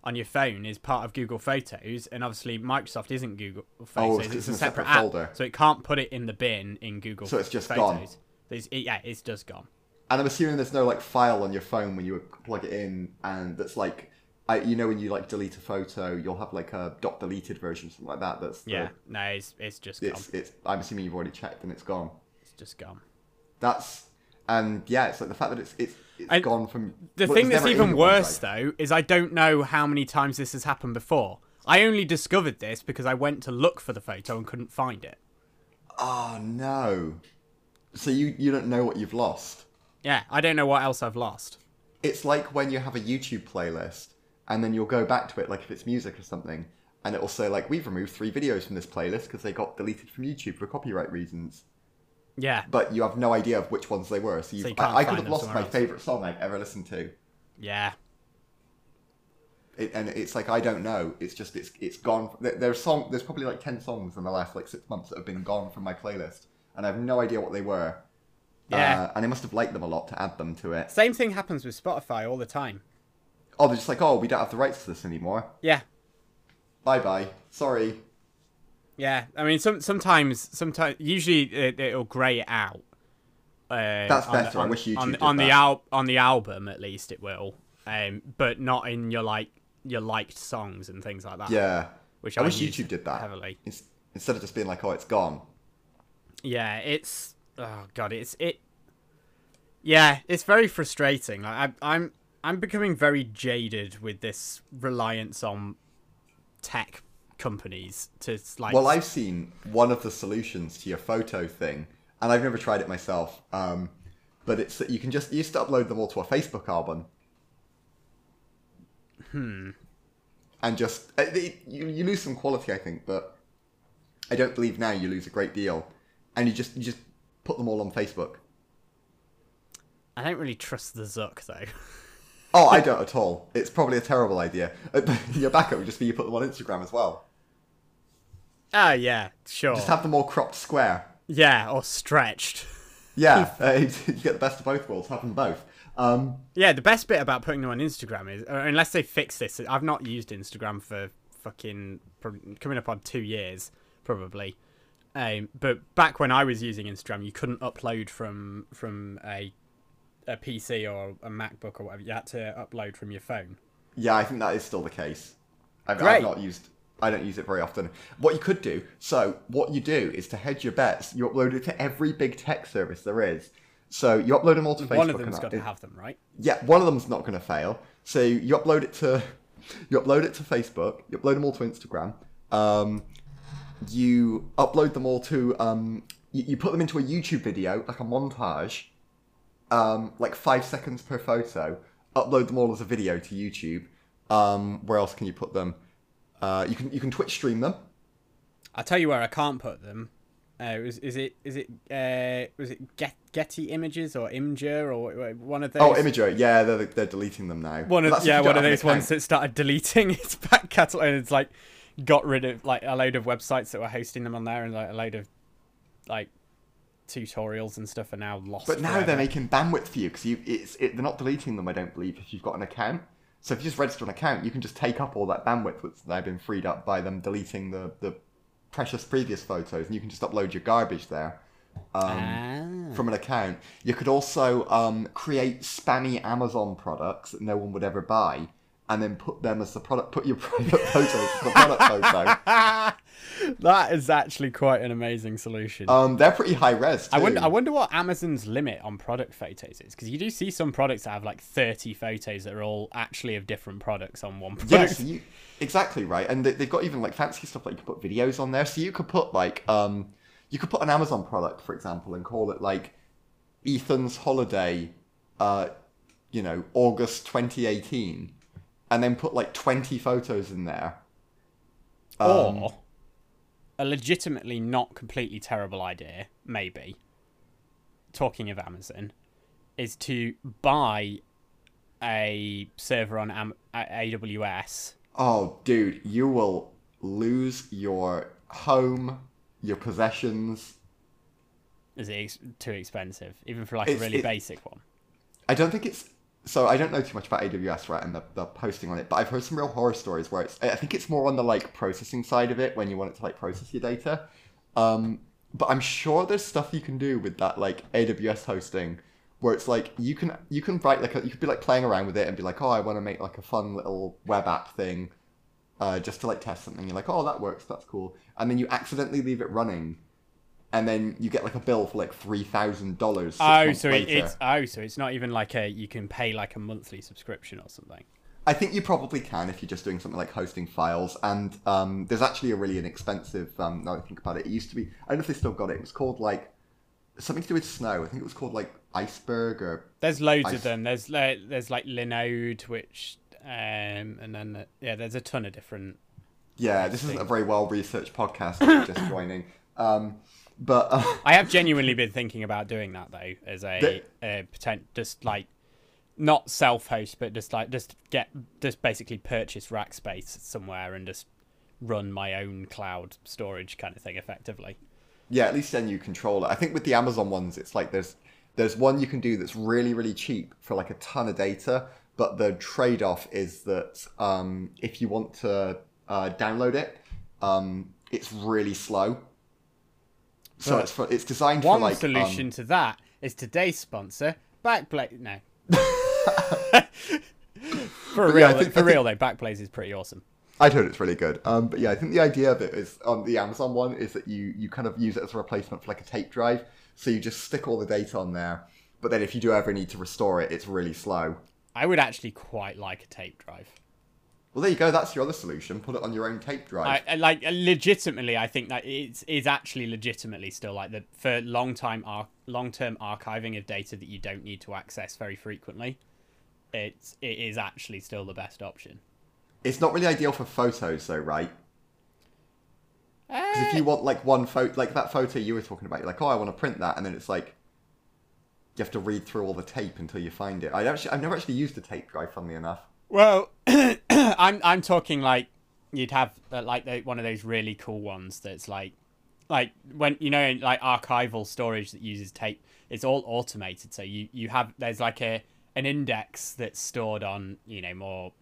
Speaker 2: on your phone is part of Google Photos, and obviously Microsoft isn't Google Photos.
Speaker 1: Oh, it's
Speaker 2: it's,
Speaker 1: 'cause it's
Speaker 2: a
Speaker 1: in a
Speaker 2: separate,
Speaker 1: separate
Speaker 2: app,
Speaker 1: folder.
Speaker 2: so it can't put it in the bin in Google.
Speaker 1: So it's just gone.
Speaker 2: Photos. It's- it- yeah, it's just gone.
Speaker 1: and i'm assuming there's no like file on your phone when you plug it in and that's like I, you know when you like delete a photo you'll have like a dot deleted version something like that that's the-
Speaker 2: Yeah, no, it's it's just gone.
Speaker 1: it's, it's i'm assuming you've already checked and it's gone
Speaker 2: It's just gone.
Speaker 1: that's and yeah it's like the fact that it's it's, it's
Speaker 2: And
Speaker 1: gone from
Speaker 2: The
Speaker 1: well,
Speaker 2: thing
Speaker 1: it's
Speaker 2: that's
Speaker 1: never in
Speaker 2: even
Speaker 1: your OneDrive.
Speaker 2: worse though is I don't know how many times this has happened before. I only discovered this because I went to look for the photo and couldn't find it.
Speaker 1: Oh no. So you you don't know what you've lost.
Speaker 2: Yeah, I don't know what else I've lost.
Speaker 1: It's like when you have a YouTube playlist and then you'll go back to it like if it's music or something and it will say like we've removed three videos from this playlist because they got deleted from YouTube for copyright reasons.
Speaker 2: Yeah,
Speaker 1: But you have no idea of which ones they were. So, you've,
Speaker 2: you can't
Speaker 1: I, I could
Speaker 2: find
Speaker 1: have
Speaker 2: them
Speaker 1: lost
Speaker 2: somewhere
Speaker 1: my
Speaker 2: else.
Speaker 1: favorite song I've ever listened to.
Speaker 2: yeah.
Speaker 1: It, and it's like I don't know. It's just it's it's gone. There, there's song. There's probably like ten songs in the last like six months that have been gone from my playlist, and I have no idea what they were.
Speaker 2: Yeah.
Speaker 1: Uh, and I must have liked them a lot to add them to it.
Speaker 2: Same thing happens with Spotify all the time.
Speaker 1: Oh, they're just like, oh, we don't have the rights to this anymore.
Speaker 2: Yeah,
Speaker 1: Bye bye. Sorry.
Speaker 2: yeah. I mean, some sometimes, sometimes, usually it, it'll grey it out. Uh,
Speaker 1: That's
Speaker 2: on the-
Speaker 1: better. I
Speaker 2: on-
Speaker 1: wish YouTube
Speaker 2: on,
Speaker 1: did
Speaker 2: on the
Speaker 1: that.
Speaker 2: al- on the album at least it will, um, but not in your like your liked songs and things like that.
Speaker 1: Yeah.
Speaker 2: which
Speaker 1: I, wish
Speaker 2: used
Speaker 1: YouTube did that.
Speaker 2: heavily.
Speaker 1: Ins- Instead of just being like, oh, it's gone.
Speaker 2: Yeah, it's oh god, it's it. Yeah, it's very frustrating. Like I, I'm I'm becoming very jaded with this reliance on tech companies to like
Speaker 1: Well, I've seen one of the solutions to your photo thing, and I've never tried it myself. Um, but it's that you can just you used to upload them all to a Facebook album. Hmm. And just uh, it, you, you lose some quality, I think, but I don't believe now you lose a great deal, and you just you just put them all on Facebook.
Speaker 2: I don't really trust the Zuck though.
Speaker 1: Oh, I don't at all. It's probably a terrible idea. Uh, Your backup would just be you put them on Instagram as well.
Speaker 2: oh yeah, sure.
Speaker 1: Just have them all cropped square.
Speaker 2: Yeah, or stretched.
Speaker 1: Yeah, uh, you get the best of both worlds. Have them both. Um,
Speaker 2: Yeah, the best bit about putting them on Instagram is, or unless they fix this, I've not used Instagram for fucking prob- coming up on two years probably. Um, but back when I was using Instagram, you couldn't upload from from a a PC or a MacBook or whatever. You had to upload from your phone.
Speaker 1: yeah, I think that is still the case. I've,
Speaker 2: Great.
Speaker 1: I've not used. I don't use it very often. What you could do. So what you do is to hedge your bets. You upload it to every big tech service there is. So you upload them all to Facebook.
Speaker 2: One of
Speaker 1: and
Speaker 2: them's
Speaker 1: that-
Speaker 2: got to have them, right?
Speaker 1: Yeah, one of them's not going to fail. So you upload it to you upload it to Facebook. You upload them all to Instagram. Um, you upload them all to. Um, you, you put them into a YouTube video, like a montage, um, like five seconds per photo. Upload them all as a video to YouTube. Um, where else can you put them? Uh, you can you can Twitch stream them.
Speaker 2: I'll tell you where I can't put them. Uh, is, is it is it uh, was it Get, Getty Images or Imgur or wh- wh- one of those?
Speaker 1: Oh, Imager, yeah, they're they're deleting them now.
Speaker 2: One of
Speaker 1: That's if
Speaker 2: yeah,
Speaker 1: you don't
Speaker 2: one
Speaker 1: have
Speaker 2: of
Speaker 1: an
Speaker 2: those ones
Speaker 1: account.
Speaker 2: that started deleting its back catalog and it's like got rid of like a load of websites that were hosting them on there and like a load of like tutorials and stuff are now lost.
Speaker 1: But now
Speaker 2: forever.
Speaker 1: they're making bandwidth for you because you it's it, they're not deleting them. I don't believe if you've got an account. So if you just register an account, you can just take up all that bandwidth that's now been freed up by them deleting the the precious previous photos, and you can just upload your garbage there. um,
Speaker 2: Ah.
Speaker 1: from an account. You could also um, create spammy Amazon products that no one would ever buy, and then put them as the product. Put your private photos as the product photo.
Speaker 2: that is actually quite an amazing solution.
Speaker 1: Um, they're pretty high res. Too.
Speaker 2: I wonder, I wonder what Amazon's limit on product photos is because you do see some products that have like 30 photos that are all actually of different products on one product.
Speaker 1: Yes, you, exactly right. And they, they've got even like fancy stuff like you can put videos on there. So you could put like um, you could put an Amazon product, for example, and call it like Ethan's holiday, uh, you know, August 2018, and then put like 20 photos in there. Um,
Speaker 2: or a legitimately not completely terrible idea, maybe, talking of Amazon, is to buy a server on Am- A- AWS.
Speaker 1: Oh, dude, you will lose your home, your possessions.
Speaker 2: Is it ex- too expensive, even for like
Speaker 1: It's-
Speaker 2: a really
Speaker 1: it-
Speaker 2: basic one?
Speaker 1: I don't think it's. So I don't know too much about AWS, right, and the, the posting on it, but I've heard some real horror stories where it's. I I think it's more on the like processing side of it when you want it to like process your data. Um, but I'm sure there's stuff you can do with that like AWS hosting where it's like you can you can write like a, you could be like playing around with it and be like, oh, I want to make like a fun little web app thing uh, just to like test something. You're like, oh, that works, that's cool. And then you accidentally leave it running, and then you get like a bill for like three thousand dollars.
Speaker 2: Oh, so it, it's oh, so it's not even like a you can pay like a monthly subscription or something.
Speaker 1: I think you probably can if you're just doing something like hosting files. And um, there's actually a really inexpensive. Um, now that I think about it, it used to be. I don't know if they still got it. It was called like something to do with snow. I think it was called like iceberg or
Speaker 2: There's loads
Speaker 1: I
Speaker 2: of
Speaker 1: s-
Speaker 2: them. There's uh, there's like Linode, which um, and then uh, yeah, there's a ton of different.
Speaker 1: yeah. This isn't a very well researched podcast. that you're just joining. Um, but uh,
Speaker 2: I have genuinely been thinking about doing that though, as a, a potent, just like not self-host, but just like just get just basically purchase rack space somewhere and just run my own cloud storage kind of thing effectively.
Speaker 1: Yeah, at least then you control it. I think with the Amazon ones, it's like there's there's one you can do that's really really cheap for like a ton of data, but the trade off is that um, if you want to uh, download it, um, it's really slow. So
Speaker 2: Right.
Speaker 1: it's for, it's designed
Speaker 2: One
Speaker 1: for like um,
Speaker 2: solution to that is today's sponsor, Backblaze. No. for
Speaker 1: yeah,
Speaker 2: real,
Speaker 1: I
Speaker 2: though-
Speaker 1: think-
Speaker 2: for
Speaker 1: I think-
Speaker 2: real though, Backblaze is pretty awesome.
Speaker 1: I'd heard it's really good. Um, but yeah, I think the idea of it is on the Amazon one is that you you kind of use it as a replacement for like a tape drive. So you just stick all the data on there, but then if you do ever need to restore it, it's really slow.
Speaker 2: I would actually quite like a tape drive.
Speaker 1: Well, there you go. That's your other solution. Put it on your own tape drive.
Speaker 2: I, I like uh, legitimately, I think that it's is actually legitimately still like the for long time ar- long term archiving of data that you don't need to access very frequently. It's it is actually still the best option.
Speaker 1: It's not really ideal for photos, though, right? 'Cause if
Speaker 2: Eh,
Speaker 1: you want like one photo, like that photo you were talking about, you're like, oh, I want to print that, and then it's like you have to read through all the tape until you find it. I actually, I've never actually used a tape drive, funnily enough.
Speaker 2: Well, I'm I'm talking like you'd have uh, like the, one of those really cool ones that's like like when you know in, like archival storage that uses tape. It's all automated, so you you have there's like a an index that's stored on you know more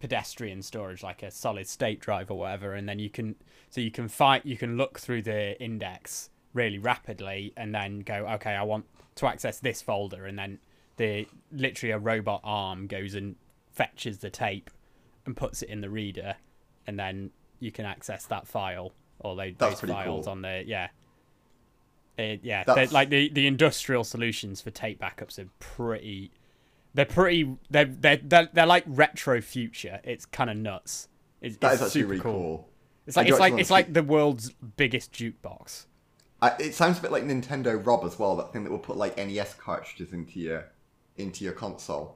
Speaker 2: pedestrian storage like a solid state drive or whatever and then you can so you can fight you can look through the index really rapidly and then go okay i want to access this folder and then the literally a robot arm goes and fetches the tape and puts it in the reader and then you can access that file or tho-
Speaker 1: That's
Speaker 2: those
Speaker 1: pretty
Speaker 2: files
Speaker 1: cool.
Speaker 2: on the yeah Uh, yeah, they're-
Speaker 1: That's-
Speaker 2: like the, the industrial solutions for tape backups are pretty They're pretty. They're they're they're, they're like retro future. It's kind of nuts. It's,
Speaker 1: That is
Speaker 2: it's
Speaker 1: actually
Speaker 2: super
Speaker 1: really cool.
Speaker 2: cool. It's like
Speaker 1: I do
Speaker 2: it's like
Speaker 1: actually
Speaker 2: it's
Speaker 1: wanna
Speaker 2: like the world's biggest jukebox.
Speaker 1: I, it sounds a bit like Nintendo Rob as well, that thing that will put like NES cartridges into your into your console.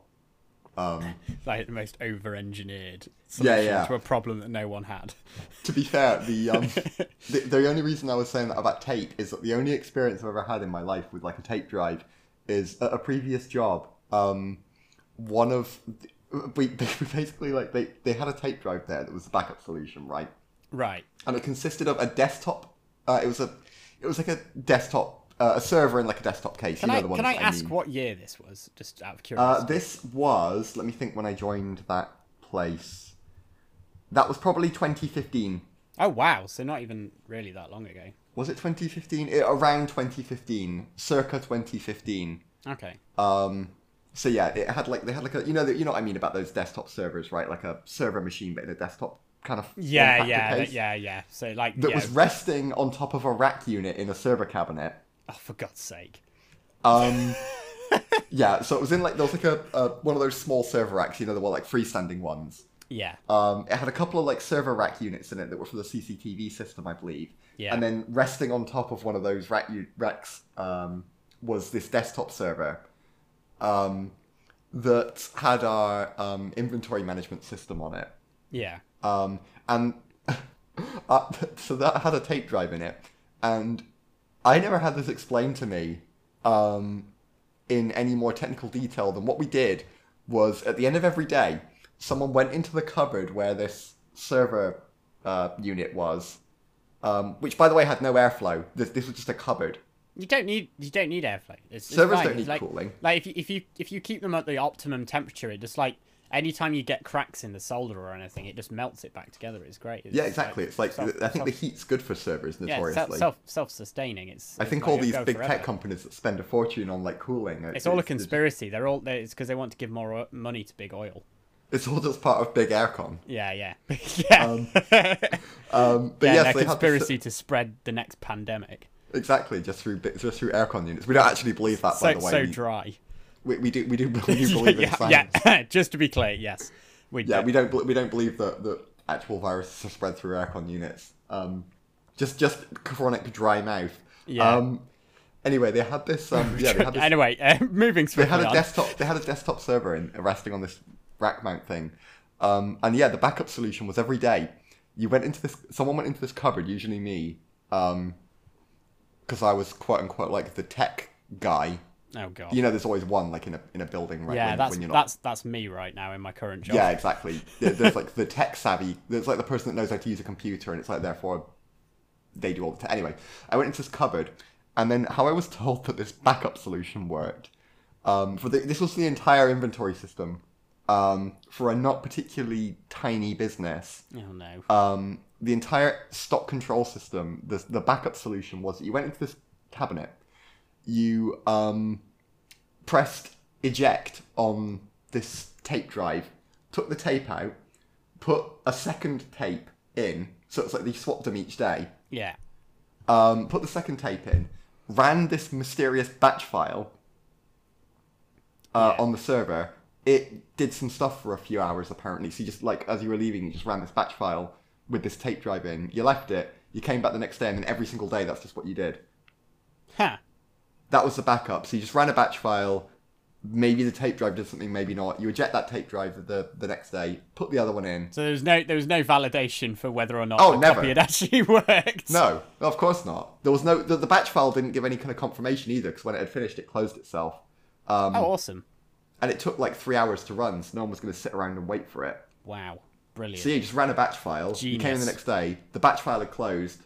Speaker 1: Um,
Speaker 2: Like the most over-engineered
Speaker 1: Yeah,
Speaker 2: solution
Speaker 1: yeah.
Speaker 2: to a problem that no one had.
Speaker 1: to be fair, the, um, the the only reason I was saying that about tape is that the only experience I've ever had in my life with like a tape drive is at a previous job. Um, one of the, we, we basically like they, they had a tape drive there that was the backup solution, right?
Speaker 2: Right.
Speaker 1: and it consisted of a desktop. Uh, it was a, it was like a desktop, uh, a server in like a desktop case.
Speaker 2: Can
Speaker 1: you know
Speaker 2: I
Speaker 1: the one
Speaker 2: can I ask
Speaker 1: mean.
Speaker 2: what year this was? Just out of
Speaker 1: Uh,
Speaker 2: curiosity.
Speaker 1: this was. Let me think. When I joined that place, that was probably 2015.
Speaker 2: oh wow! So not even really that long ago.
Speaker 1: Was it 2015? It, around 2015, circa 2015.
Speaker 2: Okay.
Speaker 1: Um, so yeah, it had like they had like a you know the, you know what I mean about those desktop servers, right? Like a server machine, but in a desktop kind of
Speaker 2: Yeah,
Speaker 1: form factor
Speaker 2: yeah,
Speaker 1: case
Speaker 2: that, yeah, yeah. So like,
Speaker 1: That
Speaker 2: yeah.
Speaker 1: was resting on top of a rack unit in a server cabinet.
Speaker 2: oh for God's sake!
Speaker 1: Um, yeah, so it was in like there was like a, a one of those small server racks, you know, the one like freestanding ones.
Speaker 2: Yeah.
Speaker 1: Um, it had a couple of like server rack units in it that were for the CCTV system, I believe.
Speaker 2: Yeah.
Speaker 1: And then resting on top of one of those rack u- racks um, was this desktop server um, that had our um, inventory management system on it.
Speaker 2: Yeah.
Speaker 1: Um, and uh, so that had a tape drive in it, and I never had this explained to me um, in any more technical detail than what we did was at the end of every day, someone went into the cupboard where this server uh, unit was, um, which by the way had no airflow. This, this was just a cupboard.
Speaker 2: You don't need you don't need airflow. It's, it's
Speaker 1: Servers
Speaker 2: fine.
Speaker 1: don't need
Speaker 2: like,
Speaker 1: cooling.
Speaker 2: Like if you, if you if you keep them at the optimum temperature, it just like anytime you get cracks in the solder or anything, it just melts it back together. It's great. It's
Speaker 1: Yeah,
Speaker 2: like
Speaker 1: exactly. It's like
Speaker 2: self-
Speaker 1: I think the
Speaker 2: self-
Speaker 1: heat's good for servers
Speaker 2: yeah, it's
Speaker 1: notoriously.
Speaker 2: self self self sustaining. It's
Speaker 1: I think
Speaker 2: it's like
Speaker 1: all
Speaker 2: it'll
Speaker 1: these
Speaker 2: go
Speaker 1: big
Speaker 2: forever.
Speaker 1: tech companies that spend a fortune on like cooling. it-
Speaker 2: It's all a
Speaker 1: it's-
Speaker 2: conspiracy. They're all it's because they want to give more o- money to big oil.
Speaker 1: It's all just part of big aircon.
Speaker 2: Yeah, yeah, yeah.
Speaker 1: Um, but
Speaker 2: yeah,
Speaker 1: yes,
Speaker 2: they're
Speaker 1: they had
Speaker 2: conspiracy
Speaker 1: this,
Speaker 2: to spread the next pandemic.
Speaker 1: exactly just through bi- just through aircon units. We don't actually believe that, by
Speaker 2: So
Speaker 1: the way.
Speaker 2: so
Speaker 1: We-
Speaker 2: dry.
Speaker 1: we, we do we do, we do believe in
Speaker 2: yeah,
Speaker 1: science.
Speaker 2: yeah,
Speaker 1: Yeah,
Speaker 2: just to be clear, yes, we do.
Speaker 1: we don't bel- we don't believe that that actual viruses are spread through aircon units. Um, just just chronic dry mouth.
Speaker 2: Yeah.
Speaker 1: Um, anyway, they had this. Um, yeah, they had this
Speaker 2: anyway, uh, moving
Speaker 1: they
Speaker 2: swiftly
Speaker 1: had a
Speaker 2: on.
Speaker 1: desktop they had a desktop server in resting on this rack mount thing um, and yeah the backup solution was every day you went into this someone went into this cupboard usually me because i was quote unquote like the tech guy
Speaker 2: oh god.
Speaker 1: you know there's always one like in a in a building right
Speaker 2: yeah,
Speaker 1: when,
Speaker 2: that's
Speaker 1: when you're not
Speaker 2: that's that's me right now in my current job.
Speaker 1: yeah exactly There- there's like the tech savvy there's like the person that knows how to use a computer and it's like therefore they do all the tech anyway i went into this cupboard and then how i was told that this backup solution worked um, for the, this was the entire inventory system um, for a not particularly tiny business
Speaker 2: Oh no.
Speaker 1: um, the entire stock control system, the, the backup solution was that you went into this cabinet, you um, pressed eject on this tape drive, took the tape out, put a second tape in, so it's like they swapped them each day,
Speaker 2: yeah.
Speaker 1: um, put the second tape in, ran this mysterious batch file uh,
Speaker 2: Yeah.
Speaker 1: on the server. It did some stuff for a few hours apparently. So you just like as you were leaving, you just ran this batch file with this tape drive in. You left it. You came back the next day, and then every single day, that's just what you did.
Speaker 2: Huh.
Speaker 1: That was the backup. So you just ran a batch file. Maybe the tape drive did something, maybe not. You eject that tape drive the the next day, put the other one in.
Speaker 2: So there was no there was no validation for whether or not
Speaker 1: Oh,
Speaker 2: the
Speaker 1: never.
Speaker 2: copy had actually worked.
Speaker 1: No, no, of course not. There was no the, the batch file didn't give any kind of confirmation either because when it had finished, it closed itself. Um,
Speaker 2: Oh, awesome!
Speaker 1: and it took like three hours to run, so no one was going to sit around and wait for it.
Speaker 2: Wow, brilliant,
Speaker 1: So yeah, you just ran a batch file. You came in
Speaker 2: Genius.
Speaker 1: the next day. The batch file had closed.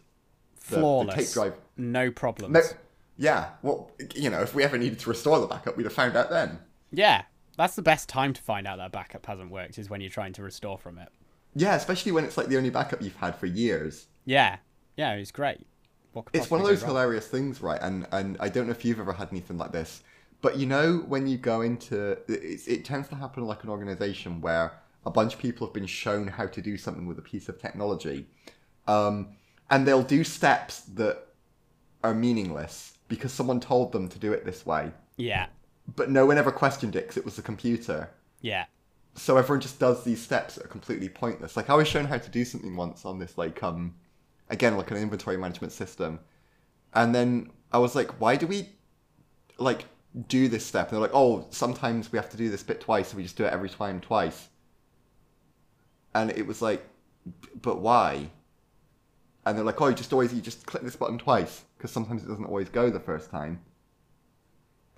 Speaker 1: the
Speaker 2: flawless,
Speaker 1: tape drive-
Speaker 2: no problems.
Speaker 1: No, yeah. Well, you know, if we ever needed to restore the backup, we'd have found out then.
Speaker 2: Yeah, that's the best time to find out that backup hasn't worked is when you're trying to restore from it.
Speaker 1: Yeah, especially when it's like the only backup you've had for years.
Speaker 2: Yeah, yeah, it's great. What could
Speaker 1: It's one of
Speaker 2: possibly
Speaker 1: those
Speaker 2: go wrong?
Speaker 1: hilarious things, right? And and I don't know if you've ever had anything like this, but you know when you go into it, it tends to happen like an organization where a bunch of people have been shown how to do something with a piece of technology, um, and they'll do steps that are meaningless because someone told them to do it this way.
Speaker 2: Yeah,
Speaker 1: but no one ever questioned it because it was the computer.
Speaker 2: Yeah.
Speaker 1: So everyone just does these steps that are completely pointless. Like I was shown how to do something once on this like um, again like an inventory management system, and then I was like, why do we, like do this step? And they're like, oh, sometimes we have to do this bit twice, so we just do it every time twice. And it was like, but why? And they're like, oh, you just always you just click this button twice because sometimes it doesn't always go the first time.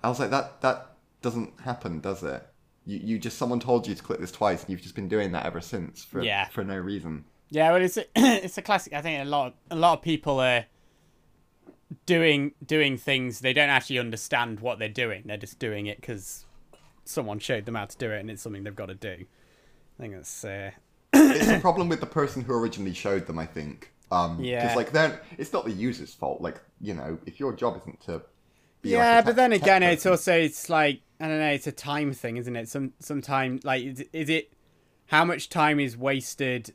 Speaker 1: I was like, that that doesn't happen, does it? You you just someone told you to click this twice, and you've just been doing that ever since for
Speaker 2: Yeah.
Speaker 1: for no reason.
Speaker 2: Yeah, well, it's a, it's a classic. I think a lot of, a lot of people are doing doing things they don't actually understand what they're doing. They're just doing it because someone showed them how to do it, and it's something they've got to do. I think that's uh,
Speaker 1: it's a problem with the person who originally showed them, I think. Um,
Speaker 2: Yeah.
Speaker 1: Because like then it's not the user's fault. Like you know, if your job isn't to. Be like,
Speaker 2: yeah,
Speaker 1: a
Speaker 2: but
Speaker 1: tech-
Speaker 2: then
Speaker 1: tech
Speaker 2: again, it's
Speaker 1: person-
Speaker 2: also it's like I don't know. It's a time thing, isn't it? Some sometime like is, is it how much time is wasted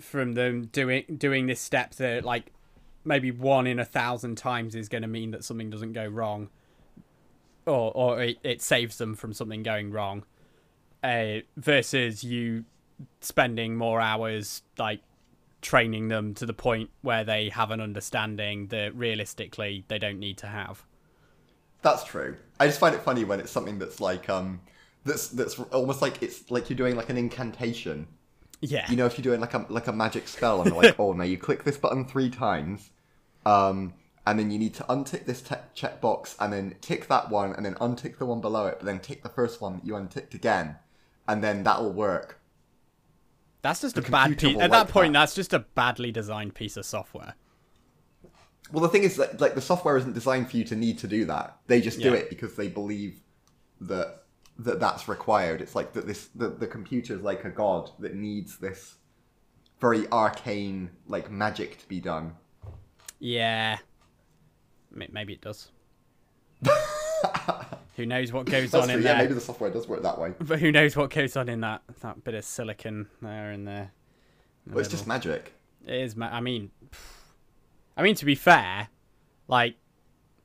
Speaker 2: from them doing doing this step that like maybe one in a thousand times is going to mean that something doesn't go wrong, or or it, it saves them from something going wrong, uh, versus you spending more hours like training them to the point where they have an understanding that realistically they don't need to have.
Speaker 1: That's true. I just find it funny when it's something that's like um, that's that's almost like it's like you're doing like an incantation.
Speaker 2: Yeah.
Speaker 1: You know, if you're doing like a like a magic spell and they're like, oh, now you click this button three times, um, and then you need to untick this te- checkbox and then tick that one and then untick the one below it, but then tick the first one that you unticked again, and then that'll work.
Speaker 2: that's just a bad
Speaker 1: computer
Speaker 2: piece.
Speaker 1: will
Speaker 2: At that
Speaker 1: like
Speaker 2: point,
Speaker 1: that.
Speaker 2: that's just a badly designed piece of software.
Speaker 1: Well, the thing is that like the software isn't designed for you to need to do that. They just do
Speaker 2: Yeah.
Speaker 1: it because they believe that that that's required. It's like that this the, the computer is like a god that needs this very arcane like magic to be done.
Speaker 2: Yeah. M- Maybe it does. who knows what goes
Speaker 1: That's
Speaker 2: on
Speaker 1: true.
Speaker 2: in
Speaker 1: Yeah,
Speaker 2: there?
Speaker 1: maybe the software does work that way.
Speaker 2: But who knows what goes on in that that bit of silicon there and there.
Speaker 1: But it's just magic.
Speaker 2: It is. Ma- I mean, I mean to be fair, like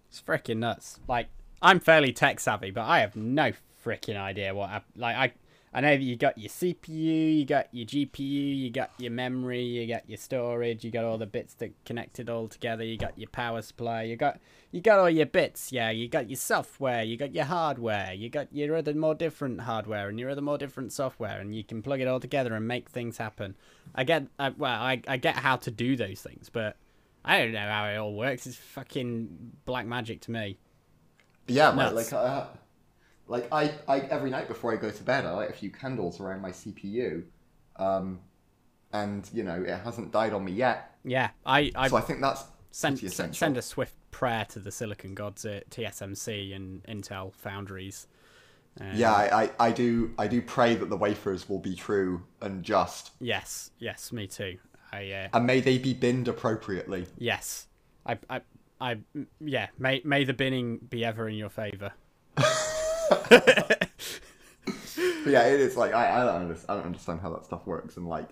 Speaker 2: it's freaking nuts. Like I'm fairly tech savvy, but I have no freaking idea what. I, like I, I know that you got your CPU, you got your GPU, you got your memory, you got your storage, you got all the bits that connected all together. You got your power supply. You got you got all your bits. Yeah, you got your software. You got your hardware. You got your other more different hardware and your other more different software, and you can plug it all together and make things happen. I get I, well, I I get how to do those things, but. I don't know how it all works. It's fucking black magic to me.
Speaker 1: Yeah, right. Like,
Speaker 2: Nuts.
Speaker 1: uh, like I, I every night before I go to bed, I light a few candles around my CPU, um, and you know it hasn't died on me yet.
Speaker 2: Yeah, I I
Speaker 1: So I think that's
Speaker 2: send
Speaker 1: pretty
Speaker 2: send,
Speaker 1: essential.
Speaker 2: send a swift prayer to the silicon gods at TSMC and Intel foundries. Um,
Speaker 1: Yeah, I, I, I do I do pray that the wafers will be true and just,
Speaker 2: Yes. Yes. Me too. I uh,
Speaker 1: and may they be binned appropriately.
Speaker 2: yes. I I I yeah. May may the binning be ever in your favor.
Speaker 1: But yeah, it is like I, I don't understand, I don't understand how that stuff works, and like,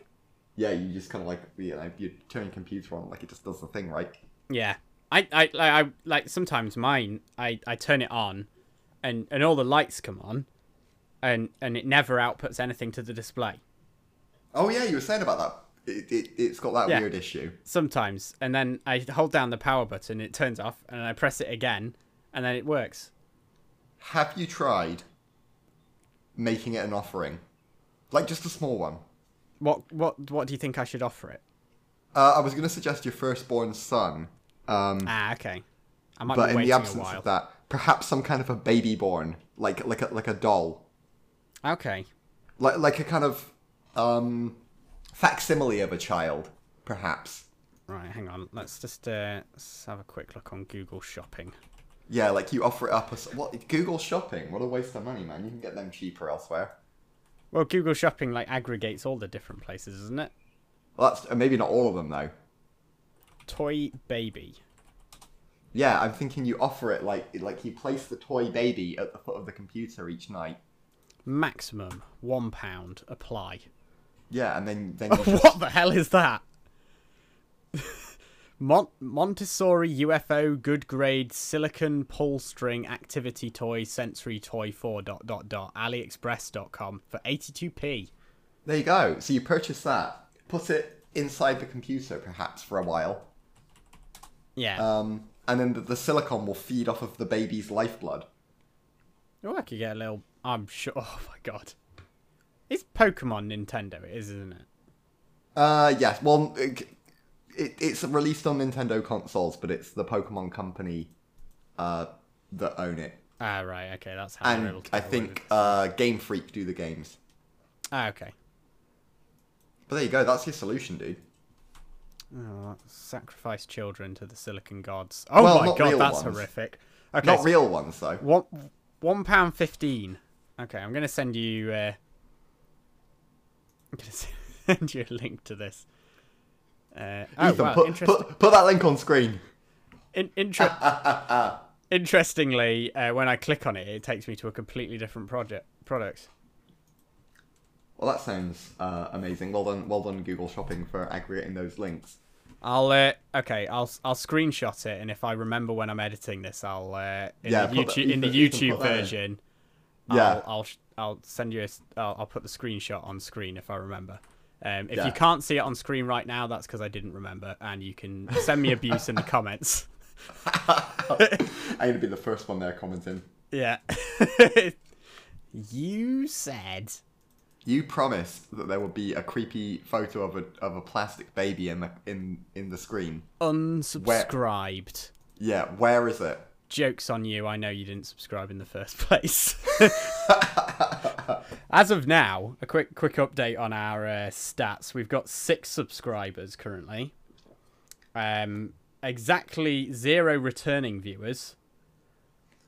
Speaker 1: yeah, you just kind of like you know you turn your computer on, like it just does the thing, right?
Speaker 2: Yeah. I, I, like, I like sometimes mine I, I turn it on and, and all the lights come on and, and it never outputs anything to the display.
Speaker 1: Oh yeah, you were saying about that. It, it it's got that
Speaker 2: Yeah.
Speaker 1: weird issue.
Speaker 2: sometimes and then i hold down the power button it turns off and i press it again and then it works
Speaker 1: Have you tried making it an offering, like just a small one?
Speaker 2: what what what do you think i should offer it
Speaker 1: Uh, I was going to suggest your firstborn son, um,
Speaker 2: ah okay i might
Speaker 1: but
Speaker 2: be
Speaker 1: in
Speaker 2: waiting
Speaker 1: the
Speaker 2: a
Speaker 1: absence
Speaker 2: while
Speaker 1: of that, perhaps some kind of a baby born, like like a, like a doll.
Speaker 2: okay
Speaker 1: like like a kind of um, facsimile of a child, perhaps.
Speaker 2: right hang on let's just uh let's have a quick look on google shopping
Speaker 1: Yeah, like you offer it up as what Google Shopping. What a waste of money, man! You can get them cheaper elsewhere.
Speaker 2: well google shopping like aggregates all the different places isn't it
Speaker 1: Well, that's uh, maybe not all of them though.
Speaker 2: toy baby
Speaker 1: Yeah, I'm thinking you offer it like like you place the toy baby at the foot of the computer each night.
Speaker 2: maximum one pound apply
Speaker 1: Yeah, and then then you just,
Speaker 2: what the hell is that Mon- Montessori UFO good grade silicon pull string activity toy sensory toy 4 dot dot dot aliexpress.com for 82p.
Speaker 1: There you go. So you purchase that, put it inside the computer perhaps for a while,
Speaker 2: Yeah.
Speaker 1: um, and then the, the silicon will feed off of the baby's lifeblood.
Speaker 2: oh, I could get a little. I'm sure. Oh my god. It's Pokemon Nintendo, it is, isn't it?
Speaker 1: Uh, yes. Well, it, it, it's released on Nintendo consoles, but it's the Pokemon company uh, that own it,
Speaker 2: Ah, right. Okay, that's how they're able
Speaker 1: and
Speaker 2: to
Speaker 1: I
Speaker 2: get away
Speaker 1: think uh, Game Freak do the games.
Speaker 2: with- Ah, okay.
Speaker 1: But there you go. That's your solution, dude.
Speaker 2: Oh, sacrifice children to the silicon gods. Oh
Speaker 1: Well,
Speaker 2: my
Speaker 1: not
Speaker 2: god,
Speaker 1: real
Speaker 2: that's
Speaker 1: ones.
Speaker 2: horrific. Okay,
Speaker 1: Not
Speaker 2: so
Speaker 1: real ones though.
Speaker 2: one one pound fifteen. Okay, I'm gonna send you. Uh, I'm gonna send you a link to this. Uh, oh
Speaker 1: Ethan,
Speaker 2: wow,
Speaker 1: put,
Speaker 2: interesting.
Speaker 1: put put that link on screen.
Speaker 2: In, inter- interestingly, uh, when I click on it, it takes me to a completely different project product.
Speaker 1: Well, that sounds uh, amazing. Well done, well done, Google Shopping for aggregating those links.
Speaker 2: I'll uh, okay. I'll I'll screenshot it, and if I remember when I'm editing this, I'll uh, in
Speaker 1: Yeah,
Speaker 2: the
Speaker 1: put that-
Speaker 2: YouTube in the
Speaker 1: you can- you can
Speaker 2: YouTube
Speaker 1: put that in.
Speaker 2: version.
Speaker 1: Yeah.
Speaker 2: I'll I'll, sh- I'll send you a s- I'll, I'll put the screenshot on screen if I remember. Um, if
Speaker 1: Yeah.
Speaker 2: you can't see it on screen right now, that's because I didn't remember, and you can send me abuse in the comments.
Speaker 1: I'm gonna be the first one there commenting.
Speaker 2: Yeah. you said.
Speaker 1: You promised that there would be a creepy photo of a of a plastic baby in the, in in the screen.
Speaker 2: unsubscribed.
Speaker 1: Yeah, where is it?
Speaker 2: Joke's on you. I know you didn't subscribe in the first place. As of now, a quick quick update on our uh, stats. We've got six subscribers currently. Um, exactly zero returning viewers.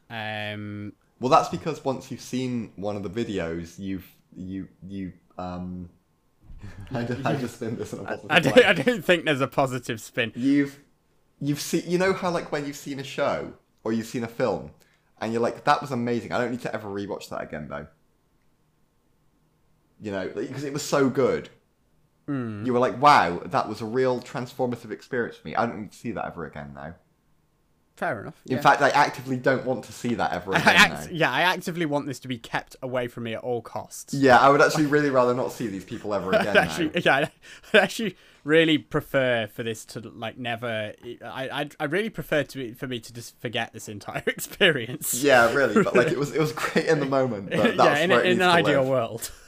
Speaker 2: Um,
Speaker 1: Well, that's because once you've seen one of the videos, you've you you um. I, ju- I just spin this in a positive
Speaker 2: I don't,
Speaker 1: way.
Speaker 2: I don't think there's a positive spin.
Speaker 1: You've you've seen you know how like when you've seen a show or you've seen a film and you're like that was amazing. I don't need to ever rewatch that again though. You know because it was so good.
Speaker 2: Hmm.
Speaker 1: You were like, wow, that was a real transformative experience for me. I don't need to see that ever again now.
Speaker 2: Fair enough.
Speaker 1: In
Speaker 2: yeah.
Speaker 1: fact, I actively don't want to see that ever
Speaker 2: I
Speaker 1: again now.
Speaker 2: act- yeah, I actively want this to be kept away from me at all costs.
Speaker 1: Yeah, I would actually really rather not see these people ever again.
Speaker 2: I'd actually,
Speaker 1: now.
Speaker 2: yeah, I'd- I'd actually really prefer for this to like never. I, I, I really prefer to be, for me to just forget this entire experience.
Speaker 1: Yeah, really, but like it was it was great in the moment. But that's
Speaker 2: yeah, in,
Speaker 1: where
Speaker 2: a-
Speaker 1: it
Speaker 2: in
Speaker 1: needs
Speaker 2: an
Speaker 1: to
Speaker 2: ideal
Speaker 1: live.
Speaker 2: world.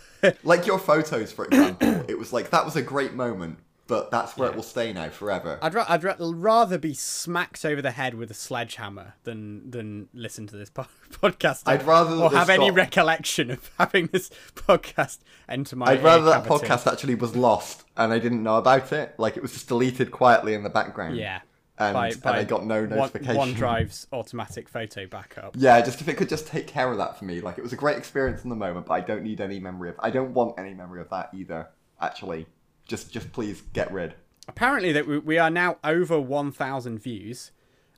Speaker 1: Like your photos, for example, it was like that was a great moment, but that's where it will stay now forever.
Speaker 2: I'd, ra- I'd ra- rather be smacked over the head with a sledgehammer than than listen to this po- podcast.
Speaker 1: I'd rather that
Speaker 2: or
Speaker 1: this
Speaker 2: have any
Speaker 1: got-
Speaker 2: recollection of having this podcast enter my.
Speaker 1: I'd rather
Speaker 2: ear
Speaker 1: that
Speaker 2: cavity.
Speaker 1: podcast actually was lost and I didn't know about it. Like it was just deleted quietly in the background.
Speaker 2: Yeah.
Speaker 1: And, and I got no
Speaker 2: one-
Speaker 1: notification.
Speaker 2: OneDrive's automatic photo backup.
Speaker 1: Yeah, just if it could just take care of that for me. Like it was a great experience in the moment, but I don't need any memory of I don't want any memory of that either, actually. Just just please get rid.
Speaker 2: apparently that we, we are now over 1000 views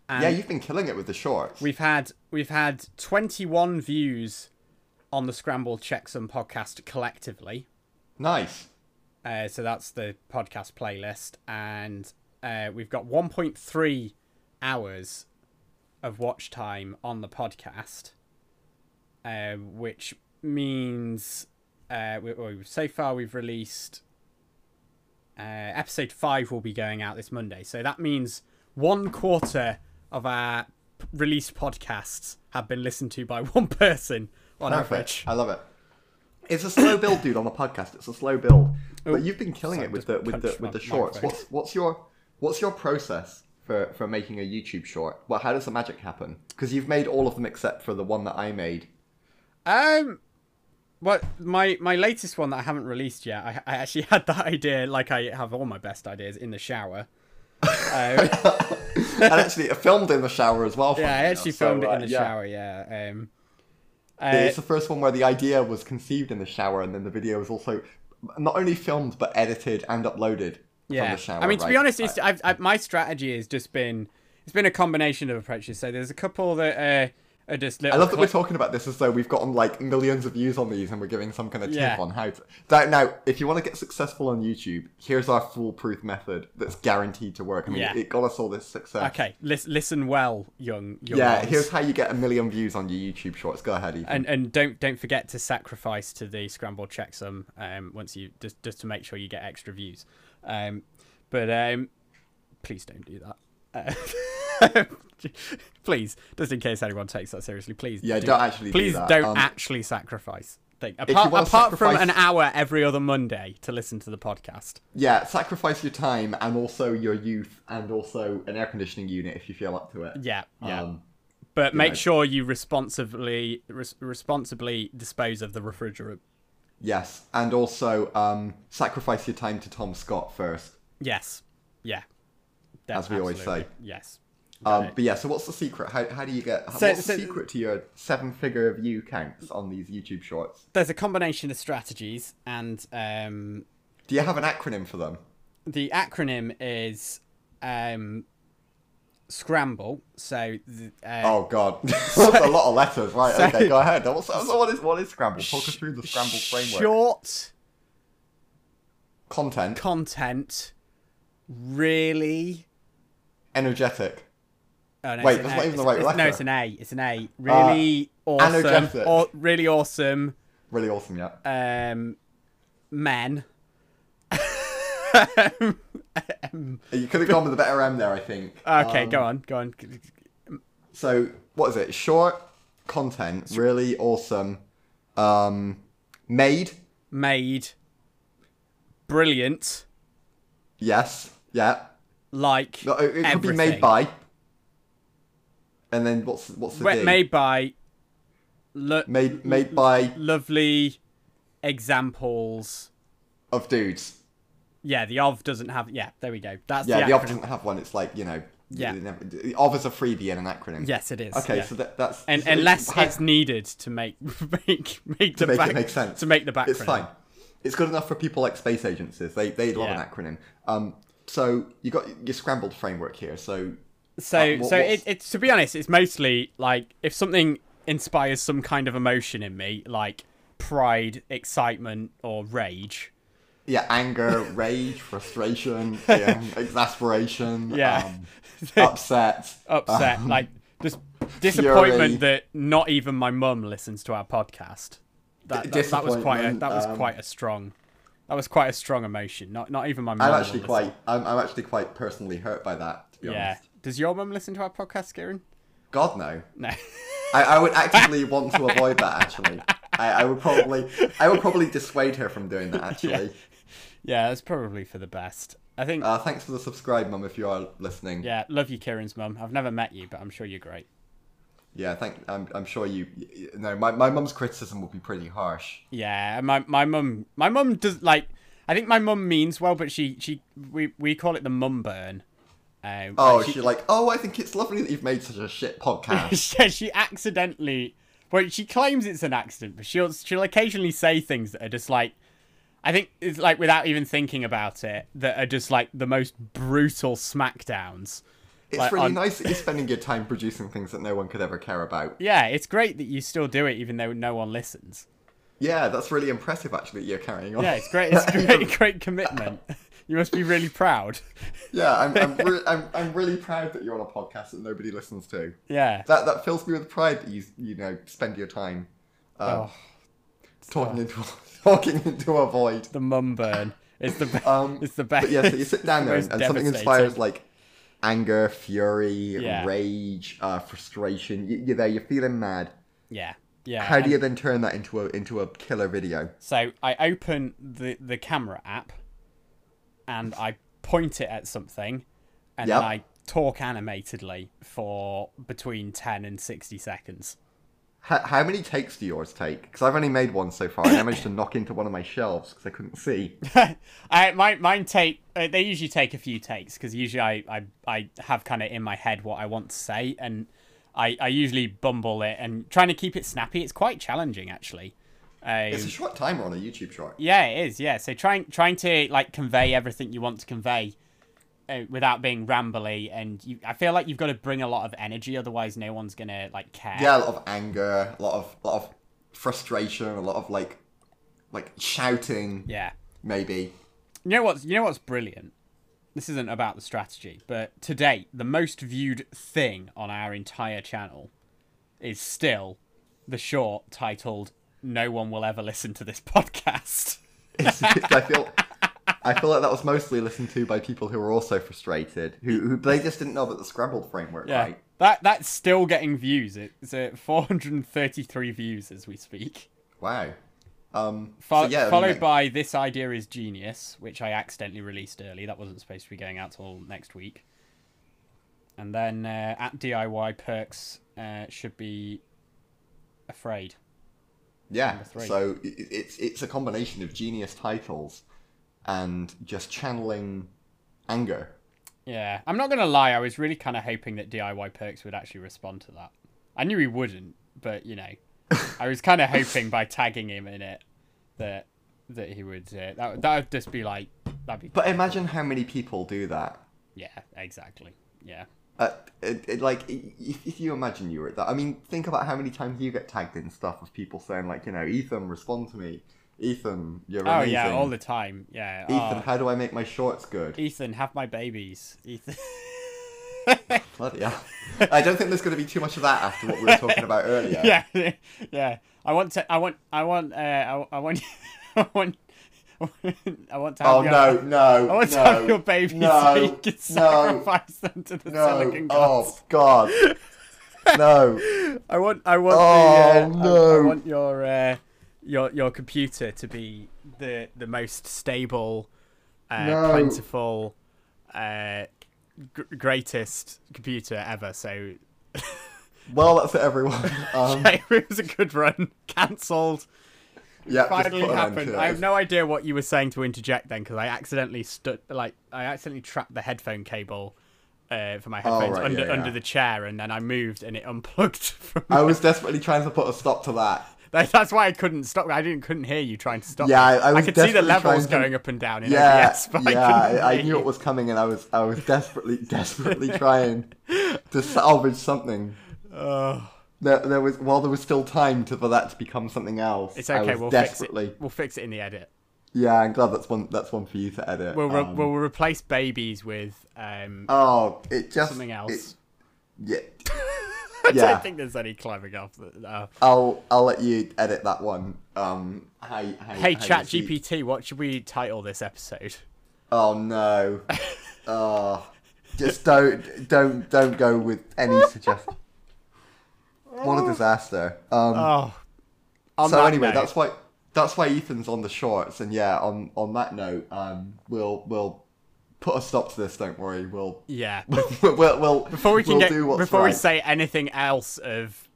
Speaker 2: and
Speaker 1: yeah, you've been killing it with the shorts.
Speaker 2: we've had we've had 21 views on the scrambled checksum podcast collectively
Speaker 1: Nice.
Speaker 2: uh, so that's the podcast playlist and uh, we've got 1.3 hours of watch time on the podcast uh, which means uh, we, well, so far we've released uh, episode five will be going out this Monday. So that means one quarter of our p- released podcasts have been listened to by one person on
Speaker 1: Perfect.
Speaker 2: average.
Speaker 1: I love it. It's a slow build, dude, on the podcast. It's a slow build. but you've been killing
Speaker 2: sorry,
Speaker 1: it with
Speaker 2: just
Speaker 1: the with the
Speaker 2: punched
Speaker 1: with
Speaker 2: my
Speaker 1: the shorts.
Speaker 2: microphone.
Speaker 1: What's what's your what's your process for for making a YouTube short? Well, how does the magic happen? Because you've made all of them except for the one that I made.
Speaker 2: Um, what my my latest one that I haven't released yet. I, I actually had that idea, like I have all my best ideas in the shower. Um,
Speaker 1: and actually, I filmed in the shower as well.
Speaker 2: yeah, I
Speaker 1: funnily
Speaker 2: actually
Speaker 1: enough, so,
Speaker 2: filmed it
Speaker 1: uh,
Speaker 2: in the
Speaker 1: yeah.
Speaker 2: shower. Yeah. Um, uh,
Speaker 1: It's the first one where the idea was conceived in the shower, and then the video was also not only filmed but edited and uploaded from the shower.
Speaker 2: I mean, to be
Speaker 1: right?
Speaker 2: honest, it's, I've, i my strategy has just been it's been a combination of approaches. So there's a couple that uh, are just
Speaker 1: I
Speaker 2: little
Speaker 1: love that we're
Speaker 2: cl-
Speaker 1: talking about this as though we've gotten like millions of views on these and we're giving some kind of tip
Speaker 2: Yeah.
Speaker 1: on how to. That, now, if you want to get successful on YouTube, here's our foolproof method that's guaranteed to work. I mean,
Speaker 2: Yeah.
Speaker 1: it got us all this success.
Speaker 2: Okay, lis- listen well, young young
Speaker 1: Yeah,
Speaker 2: ones.
Speaker 1: here's how you get a million views on your YouTube shorts. Go ahead, Ethan.
Speaker 2: and and don't don't forget to sacrifice to the scramble checksum um once you just just to make sure you get extra views um but um please don't do that Uh, please just in case anyone takes that seriously please
Speaker 1: Yeah, don't actually do
Speaker 2: please
Speaker 1: that.
Speaker 2: don't
Speaker 1: Um,
Speaker 2: actually sacrifice Think-
Speaker 1: you
Speaker 2: apart,
Speaker 1: wanna
Speaker 2: apart from
Speaker 1: sacrifice-
Speaker 2: an hour every other monday to listen to the podcast
Speaker 1: yeah, sacrifice your time and also your youth and also an air conditioning unit if you feel up to it.
Speaker 2: yeah yeah
Speaker 1: Um,
Speaker 2: but make
Speaker 1: know.
Speaker 2: sure you responsibly res- responsibly dispose of the refrigerant
Speaker 1: yes, and also um, sacrifice your time to Tom Scott first,
Speaker 2: Yes. Yeah.
Speaker 1: as we always say.
Speaker 2: Yes.
Speaker 1: Um, but yeah, so what's the secret? How, how do you get?
Speaker 2: So-
Speaker 1: what's
Speaker 2: so-
Speaker 1: the secret to your seven-figure view counts on these YouTube shorts?
Speaker 2: There's a combination of strategies, and um,
Speaker 1: Do you have an acronym for them?
Speaker 2: the acronym is um, Scramble. So, the, uh,
Speaker 1: Oh God, that's a lot of letters. Right?
Speaker 2: So-
Speaker 1: okay, go ahead. What's, so what is what is Scramble? Talk us through the Oh, Scramble framework.
Speaker 2: short
Speaker 1: Content,
Speaker 2: content, really.
Speaker 1: energetic,
Speaker 2: Oh, no,
Speaker 1: Wait,
Speaker 2: it's an
Speaker 1: that's
Speaker 2: A.
Speaker 1: not even the
Speaker 2: It's-
Speaker 1: right Ah,
Speaker 2: it's- No,
Speaker 1: letter.
Speaker 2: it's an A. It's an A. Really awesome.
Speaker 1: energetic.
Speaker 2: Or, really awesome.
Speaker 1: really awesome. Yeah.
Speaker 2: Um, men.
Speaker 1: You could have gone with a better M there, I think.
Speaker 2: Okay,
Speaker 1: Um,
Speaker 2: go on, go on.
Speaker 1: So what is it? Short content, really awesome. Um, made,
Speaker 2: Made. Brilliant.
Speaker 1: yes, yeah.
Speaker 2: like
Speaker 1: No, it, it could be made
Speaker 2: everything.
Speaker 1: by. And then what's what's the
Speaker 2: Wet-
Speaker 1: D?
Speaker 2: made by lo-
Speaker 1: made made by
Speaker 2: lovely examples
Speaker 1: of dudes.
Speaker 2: yeah the of doesn't have yeah there we go that's
Speaker 1: Yeah,
Speaker 2: the,
Speaker 1: the,
Speaker 2: acronym.
Speaker 1: of doesn't have one. It's like you know.
Speaker 2: Yeah.
Speaker 1: they never- the of is a freebie and an acronym.
Speaker 2: yes it is
Speaker 1: Okay,
Speaker 2: yeah.
Speaker 1: so that, that's
Speaker 2: and
Speaker 1: so
Speaker 2: unless
Speaker 1: how-
Speaker 2: it's needed to make make make the
Speaker 1: make it
Speaker 2: back,
Speaker 1: make sense.
Speaker 2: to make the back
Speaker 1: it's fine. It's good enough for people like space agencies. They they love
Speaker 2: Yeah.
Speaker 1: an acronym. Um, so you got your scrambled framework here. So
Speaker 2: so
Speaker 1: Uh, what-
Speaker 2: so
Speaker 1: what's-
Speaker 2: it, it's to be honest it's mostly like if something inspires some kind of emotion in me like pride excitement or rage
Speaker 1: yeah, anger, rage, frustration, yeah, exasperation,
Speaker 2: Yeah.
Speaker 1: um, upset,
Speaker 2: upset, like just disappointment
Speaker 1: Um, fury.
Speaker 2: that not even my mum listens to our podcast. That,
Speaker 1: D-
Speaker 2: that, that was quite a, that
Speaker 1: disappointment,
Speaker 2: was
Speaker 1: um,
Speaker 2: quite a strong that was quite a strong emotion. Not not even my mum.
Speaker 1: I'm
Speaker 2: will
Speaker 1: actually
Speaker 2: listen.
Speaker 1: quite. I'm, I'm actually quite personally hurt by that. To be
Speaker 2: yeah.
Speaker 1: honest,
Speaker 2: Does your mum listen to our podcast, Kieran?
Speaker 1: God no.
Speaker 2: No.
Speaker 1: I, I would actively want to avoid that. Actually, I, I would probably. I would probably dissuade her from doing that. Actually,
Speaker 2: yeah, that's probably for the best. I think.
Speaker 1: uh, thanks for the subscribe, mum, if you are listening.
Speaker 2: yeah, love you, Kieran's mum. I've never met you, but I'm sure you're great.
Speaker 1: Yeah, thank. I'm, I'm sure you. you- No, my my mum's criticism will be pretty harsh.
Speaker 2: Yeah, my my mum my mum does like I think my mum means well, but she she we we call it the mum burn. Um,
Speaker 1: Oh,
Speaker 2: like,
Speaker 1: she, like. Oh, I think it's lovely that you've made such a shit podcast.
Speaker 2: she, she accidentally well she claims it's an accident but she'll she'll occasionally say things that are just like i think it's like without even thinking about it that are just like the most brutal smackdowns
Speaker 1: It's
Speaker 2: Like,
Speaker 1: really
Speaker 2: on-
Speaker 1: nice that you're spending your time producing things that no one could ever care about.
Speaker 2: yeah it's great that you still do it even though no one listens
Speaker 1: Yeah, that's really impressive. Actually, that you're carrying on.
Speaker 2: yeah it's great it's great great commitment you must be really proud
Speaker 1: Yeah, I'm I'm, re- I'm I'm really proud that you're on a podcast that nobody listens to.
Speaker 2: yeah
Speaker 1: That that fills me with pride that you you know spend your time uh,
Speaker 2: Oh.
Speaker 1: talking into talking into a void.
Speaker 2: the mum burn it's the best
Speaker 1: Um,
Speaker 2: it's the best
Speaker 1: But yeah, so you sit down there
Speaker 2: Most
Speaker 1: and, and something
Speaker 2: devastating.
Speaker 1: inspires like anger, fury,
Speaker 2: Yeah.
Speaker 1: rage, uh, frustration. You, you're there, you're feeling mad.
Speaker 2: yeah yeah
Speaker 1: How do
Speaker 2: and-
Speaker 1: you then turn that into a into a killer video?
Speaker 2: So I open the the camera app, and I point it at something, and
Speaker 1: Yep.
Speaker 2: then I talk animatedly for between ten and sixty seconds.
Speaker 1: How, how many takes do yours take? Because I've only made one so far. and I managed to knock into one of my shelves because I couldn't see.
Speaker 2: I mine mine take uh, they usually take a few takes because usually I I, I have kind of in my head what I want to say and. I, I usually bumble it and trying to keep it snappy. It's quite challenging, actually. Um,
Speaker 1: It's a short timer on a YouTube short.
Speaker 2: Yeah, it is. Yeah, so trying trying to like convey everything you want to convey uh, without being rambly, and you, I feel like you've got to bring a lot of energy, otherwise no one's gonna like care.
Speaker 1: Yeah, a lot of anger, a lot of lot of frustration, a lot of like like shouting.
Speaker 2: Yeah.
Speaker 1: Maybe.
Speaker 2: You know what's you know what's brilliant. This isn't about the strategy, but to date, the most viewed thing on our entire channel is still the short titled "No one will ever listen to this podcast."
Speaker 1: I feel I feel like that was mostly listened to by people who were also frustrated, who, who they just didn't know about the scrambled framework,
Speaker 2: Yeah,
Speaker 1: right?
Speaker 2: that that's still getting views. It's uh, at 433 views as we speak.
Speaker 1: Wow. Um, so
Speaker 2: Fo-
Speaker 1: yeah, I mean,
Speaker 2: followed
Speaker 1: like-
Speaker 2: by this idea is genius, which I accidentally released early. That wasn't supposed to be going out till next week. And then uh, at DIY perks uh, should be afraid.
Speaker 1: Yeah,
Speaker 2: three.
Speaker 1: so i- i- it's it's a combination of genius titles and just channeling anger.
Speaker 2: Yeah, I'm not gonna lie. I was really kind of hoping that DIY perks would actually respond to that. I knew he wouldn't, but you know, I was kind of hoping by tagging him in it that that he would. Uh, that would- that would just be like that'd be.
Speaker 1: But imagine how many people do that.
Speaker 2: yeah, exactly. Yeah,
Speaker 1: Uh, it, it, like, i- if, if you imagine you were at that, I mean, think about how many times you get tagged in stuff of people saying, like, you know, Ethan, respond to me. Ethan, you're
Speaker 2: Oh
Speaker 1: amazing.
Speaker 2: yeah, all the time. Yeah.
Speaker 1: Ethan,
Speaker 2: Oh,
Speaker 1: how do I make my shorts good?
Speaker 2: Ethan, have my babies. Ethan.
Speaker 1: Bloody hell. I don't think there's going to be too much of that after what we were talking about earlier.
Speaker 2: yeah, yeah. I want to. I want. I want. Uh, I, I want. I want. I want to have
Speaker 1: Oh,
Speaker 2: your,
Speaker 1: no, no.
Speaker 2: I want
Speaker 1: no,
Speaker 2: to have your babies so you
Speaker 1: no,
Speaker 2: can
Speaker 1: no,
Speaker 2: sacrifice them to the
Speaker 1: no.
Speaker 2: silicon gods.
Speaker 1: Oh, God. No.
Speaker 2: I want. I want.
Speaker 1: Oh,
Speaker 2: the, uh, I- I,
Speaker 1: no.
Speaker 2: want your uh, your your computer to be the the most stable, uh,
Speaker 1: No.
Speaker 2: plentiful, uh, gr- greatest computer ever. So
Speaker 1: Well, that's it, everyone. Um,
Speaker 2: Hey, it was a good run. Cancelled.
Speaker 1: yeah, just
Speaker 2: Finally
Speaker 1: put an end
Speaker 2: happened.
Speaker 1: to
Speaker 2: I have
Speaker 1: it.
Speaker 2: no idea what you were saying to interject then because I accidentally stood like I accidentally trapped the headphone cable. Uh, for my headphones
Speaker 1: Oh, right,
Speaker 2: under
Speaker 1: yeah, yeah.
Speaker 2: under the chair, and then I moved, and it unplugged from.
Speaker 1: I was desperately trying to put a stop to that.
Speaker 2: That's why I couldn't stop. I didn't couldn't hear you trying to stop.
Speaker 1: Yeah,
Speaker 2: me.
Speaker 1: I- I was
Speaker 2: could see the
Speaker 1: desperately
Speaker 2: levels
Speaker 1: trying to-
Speaker 2: going up and down in
Speaker 1: Yeah,
Speaker 2: OBS, but
Speaker 1: yeah,
Speaker 2: I couldn't
Speaker 1: I, I
Speaker 2: hear
Speaker 1: knew
Speaker 2: you.
Speaker 1: it was coming, and I was, I was desperately, desperately trying to salvage something.
Speaker 2: Ugh.
Speaker 1: There, there was, while there was still time to, for that to become something else.
Speaker 2: it's
Speaker 1: I
Speaker 2: okay.
Speaker 1: was
Speaker 2: We'll
Speaker 1: desperately.
Speaker 2: fix it. We'll fix it in the edit.
Speaker 1: Yeah, I'm glad that's one. That's one for you to edit.
Speaker 2: We'll re-
Speaker 1: um,
Speaker 2: we'll replace babies with. Um,
Speaker 1: Oh, it just
Speaker 2: Something
Speaker 1: it-
Speaker 2: else.
Speaker 1: yeah,
Speaker 2: I
Speaker 1: yeah.
Speaker 2: don't think there's any climbing up. that- Uh,
Speaker 1: I'll I'll let you edit that one. Um, hi, hi,
Speaker 2: hey,
Speaker 1: hi,
Speaker 2: Chat
Speaker 1: Lucy.
Speaker 2: GPT, what should we title this episode?
Speaker 1: Oh no. oh, just don't don't don't go with any suggestion. What a disaster. Um,
Speaker 2: Oh, on
Speaker 1: so
Speaker 2: that
Speaker 1: anyway,
Speaker 2: note-
Speaker 1: that's why that's why Ethan's on the shorts. And yeah, on on that note, um, we'll we'll put a stop to this. Don't worry. We'll
Speaker 2: yeah.
Speaker 1: we'll, we'll
Speaker 2: Before we can
Speaker 1: we'll
Speaker 2: get
Speaker 1: do what's
Speaker 2: before we
Speaker 1: right.
Speaker 2: say anything else of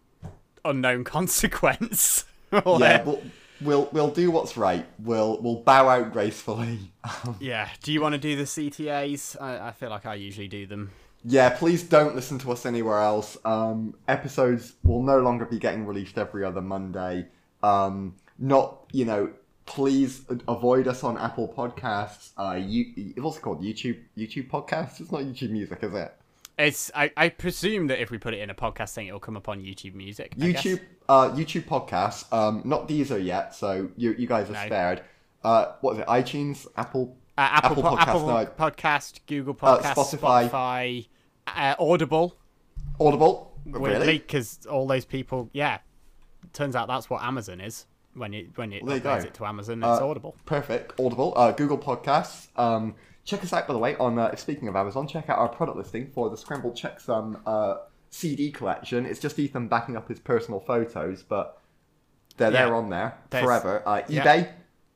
Speaker 2: unknown consequence. we'll,
Speaker 1: yeah,
Speaker 2: uh,
Speaker 1: we'll, we'll we'll do what's right. We'll we'll bow out gracefully. Um,
Speaker 2: Yeah. Do you want to do the CTAs? I, I feel like I usually do them.
Speaker 1: yeah, please don't listen to us anywhere else. Um, episodes will no longer be getting released every other Monday. Um, not you know. Please a- avoid us on Apple Podcasts. Uh, you, it's also called YouTube YouTube Podcasts. It's not YouTube Music, is it?
Speaker 2: It's I, I presume that if we put it in a podcast thing, it'll come up on YouTube Music. I guess.
Speaker 1: YouTube uh, YouTube Podcasts. Um, not Deezer yet, so you you guys are
Speaker 2: No.
Speaker 1: spared. Uh, what is it? iTunes, Apple,
Speaker 2: uh, Apple, po-
Speaker 1: Podcasts,
Speaker 2: Apple
Speaker 1: no,
Speaker 2: Podcast, Google
Speaker 1: Uh,
Speaker 2: Podcast,
Speaker 1: Spotify.
Speaker 2: Spotify, uh, Audible.
Speaker 1: Audible.
Speaker 2: Really?
Speaker 1: Really?
Speaker 2: Because all those people, yeah. Turns out that's what Amazon is. When it when it
Speaker 1: There you
Speaker 2: uploads
Speaker 1: go.
Speaker 2: it to Amazon,
Speaker 1: Uh,
Speaker 2: it's Audible.
Speaker 1: Perfect. Audible. Uh, Google Podcasts. Um, check us out, by the way, on, uh, speaking of Amazon, check out our product listing for the Scrambled Checksum uh, CD collection. It's just Ethan backing up his personal photos, but they're
Speaker 2: Yeah.
Speaker 1: there on there
Speaker 2: There's-
Speaker 1: forever. Uh,
Speaker 2: yeah.
Speaker 1: eBay.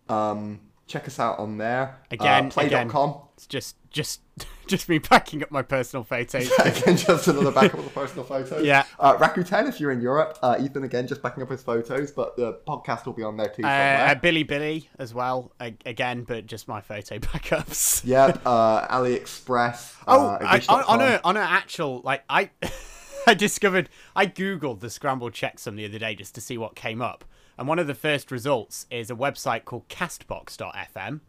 Speaker 1: Um, check us out on there.
Speaker 2: Again,
Speaker 1: Uh, play.com.
Speaker 2: It's just just just me packing up my personal photos.
Speaker 1: again, just another backup of the personal photos.
Speaker 2: Yeah.
Speaker 1: Uh, Rakuten, if you're in Europe. Uh, Ethan, again, just backing up his photos, but the podcast will be on there too.
Speaker 2: Uh,
Speaker 1: somewhere.
Speaker 2: uh, Billy Billy as well, a- again, but just my photo backups.
Speaker 1: Yep, uh, AliExpress.
Speaker 2: Oh,
Speaker 1: uh,
Speaker 2: I, on, on
Speaker 1: Wish.com.
Speaker 2: a on an actual like I, I discovered I googled the scrambled checksum the other day just to see what came up, and one of the first results is a website called Castbox.fm,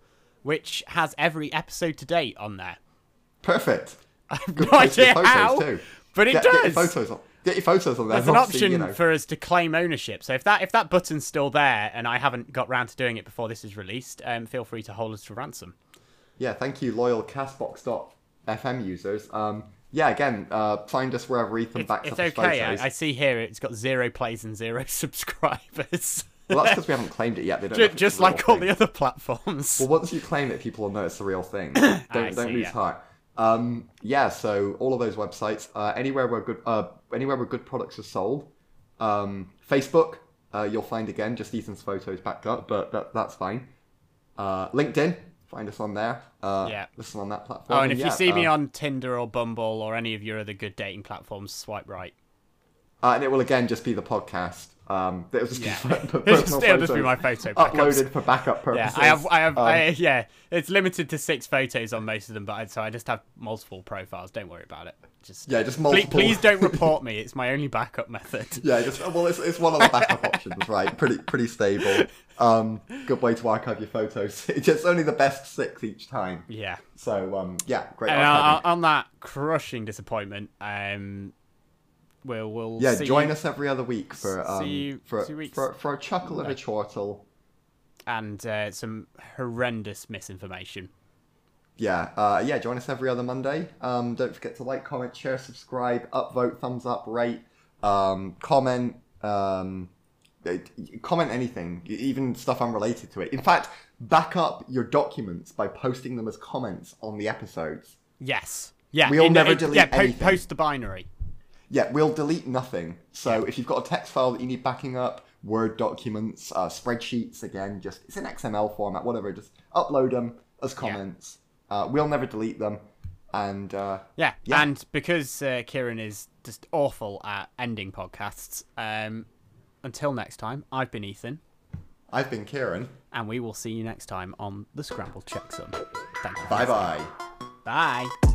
Speaker 2: which has every episode to date on there.
Speaker 1: Perfect.
Speaker 2: I've
Speaker 1: Good
Speaker 2: no
Speaker 1: place for
Speaker 2: idea
Speaker 1: photos
Speaker 2: how,
Speaker 1: too.
Speaker 2: but it
Speaker 1: get, Get your
Speaker 2: does.
Speaker 1: photos on. Get your photos on there.
Speaker 2: There's an
Speaker 1: Obviously,
Speaker 2: option
Speaker 1: you know.
Speaker 2: for us to claim ownership. So if that if that button's still there and I haven't got round to doing it before this is released, um, feel free to hold us to ransom.
Speaker 1: Yeah, thank you, loyal Castbox.fm users. Um, yeah, again, uh, find us wherever Ethan
Speaker 2: It's,
Speaker 1: backs
Speaker 2: it's
Speaker 1: up his photos.
Speaker 2: okay. I, I see here it's got zero plays and zero subscribers.
Speaker 1: Well, that's because we haven't claimed it yet. They don't know if
Speaker 2: Ju-
Speaker 1: it's
Speaker 2: just
Speaker 1: a real
Speaker 2: like all
Speaker 1: thing.
Speaker 2: the other platforms.
Speaker 1: Well, once you claim it, people will know it's the real thing. Don't, don't
Speaker 2: see,
Speaker 1: lose
Speaker 2: yeah.
Speaker 1: heart. Um, yeah, so all of those websites, uh, anywhere where good, uh, anywhere where good products are sold, um, Facebook, uh, you'll find again just Ethan's photos backed up, but that, that's fine. Uh, LinkedIn, find us on there. Uh,
Speaker 2: Yeah.
Speaker 1: listen on that platform.
Speaker 2: oh, and if
Speaker 1: yeah,
Speaker 2: you see me
Speaker 1: uh,
Speaker 2: on Tinder or Bumble or any of your other good dating platforms, swipe right.
Speaker 1: uh, and it will again just be the podcast. Um, it'll just
Speaker 2: Yeah.
Speaker 1: be per- per-
Speaker 2: It'll just-
Speaker 1: personal
Speaker 2: it'll just be
Speaker 1: photos
Speaker 2: my photo backups.
Speaker 1: uploaded for backup
Speaker 2: Yeah,
Speaker 1: purposes.
Speaker 2: I have, I have,
Speaker 1: Um,
Speaker 2: I, yeah. It's limited to six photos on most of them, but I, so I just have multiple profiles. Don't worry about it. Just
Speaker 1: Yeah, just
Speaker 2: ple-
Speaker 1: multiple.
Speaker 2: Please, don't report me. It's my only backup method.
Speaker 1: Yeah, just well, it's, it's one of the backup options, right? Pretty pretty stable. Um, good way to archive your photos. It's just only the best six each time.
Speaker 2: Yeah.
Speaker 1: So um, yeah, great.
Speaker 2: And
Speaker 1: archiving.
Speaker 2: on, on that crushing disappointment, um, we'll we'll
Speaker 1: yeah,
Speaker 2: see
Speaker 1: join
Speaker 2: you
Speaker 1: us every other week for um,
Speaker 2: see you
Speaker 1: for,
Speaker 2: two weeks.
Speaker 1: for for a chuckle and a chortle.
Speaker 2: and uh, some horrendous misinformation.
Speaker 1: Yeah, uh, yeah. Join us every other Monday. Um, don't forget to like, comment, share, subscribe, upvote, thumbs up, rate, um, comment, um, eh, comment anything, e- even stuff unrelated to it. In fact, back up your documents by posting them as comments on the episodes.
Speaker 2: Yes. Yeah.
Speaker 1: We'll
Speaker 2: in-
Speaker 1: never
Speaker 2: in-
Speaker 1: delete
Speaker 2: Yeah. Po-
Speaker 1: anything.
Speaker 2: post the binary.
Speaker 1: Yeah, we'll delete nothing. So if you've got a text file that you need backing up, Word documents, uh, spreadsheets, again, just it's an XML format, whatever. Just upload them as comments. Uh, we'll never delete them, and uh,
Speaker 2: Yeah.
Speaker 1: Yeah.
Speaker 2: And because uh, Kieran is just awful at ending podcasts, um, until next time, I've been Ethan,
Speaker 1: I've been Kieran.
Speaker 2: and we will see you next time on the Scrambled Checksum. Thank you.
Speaker 1: Bye bye.
Speaker 2: Bye.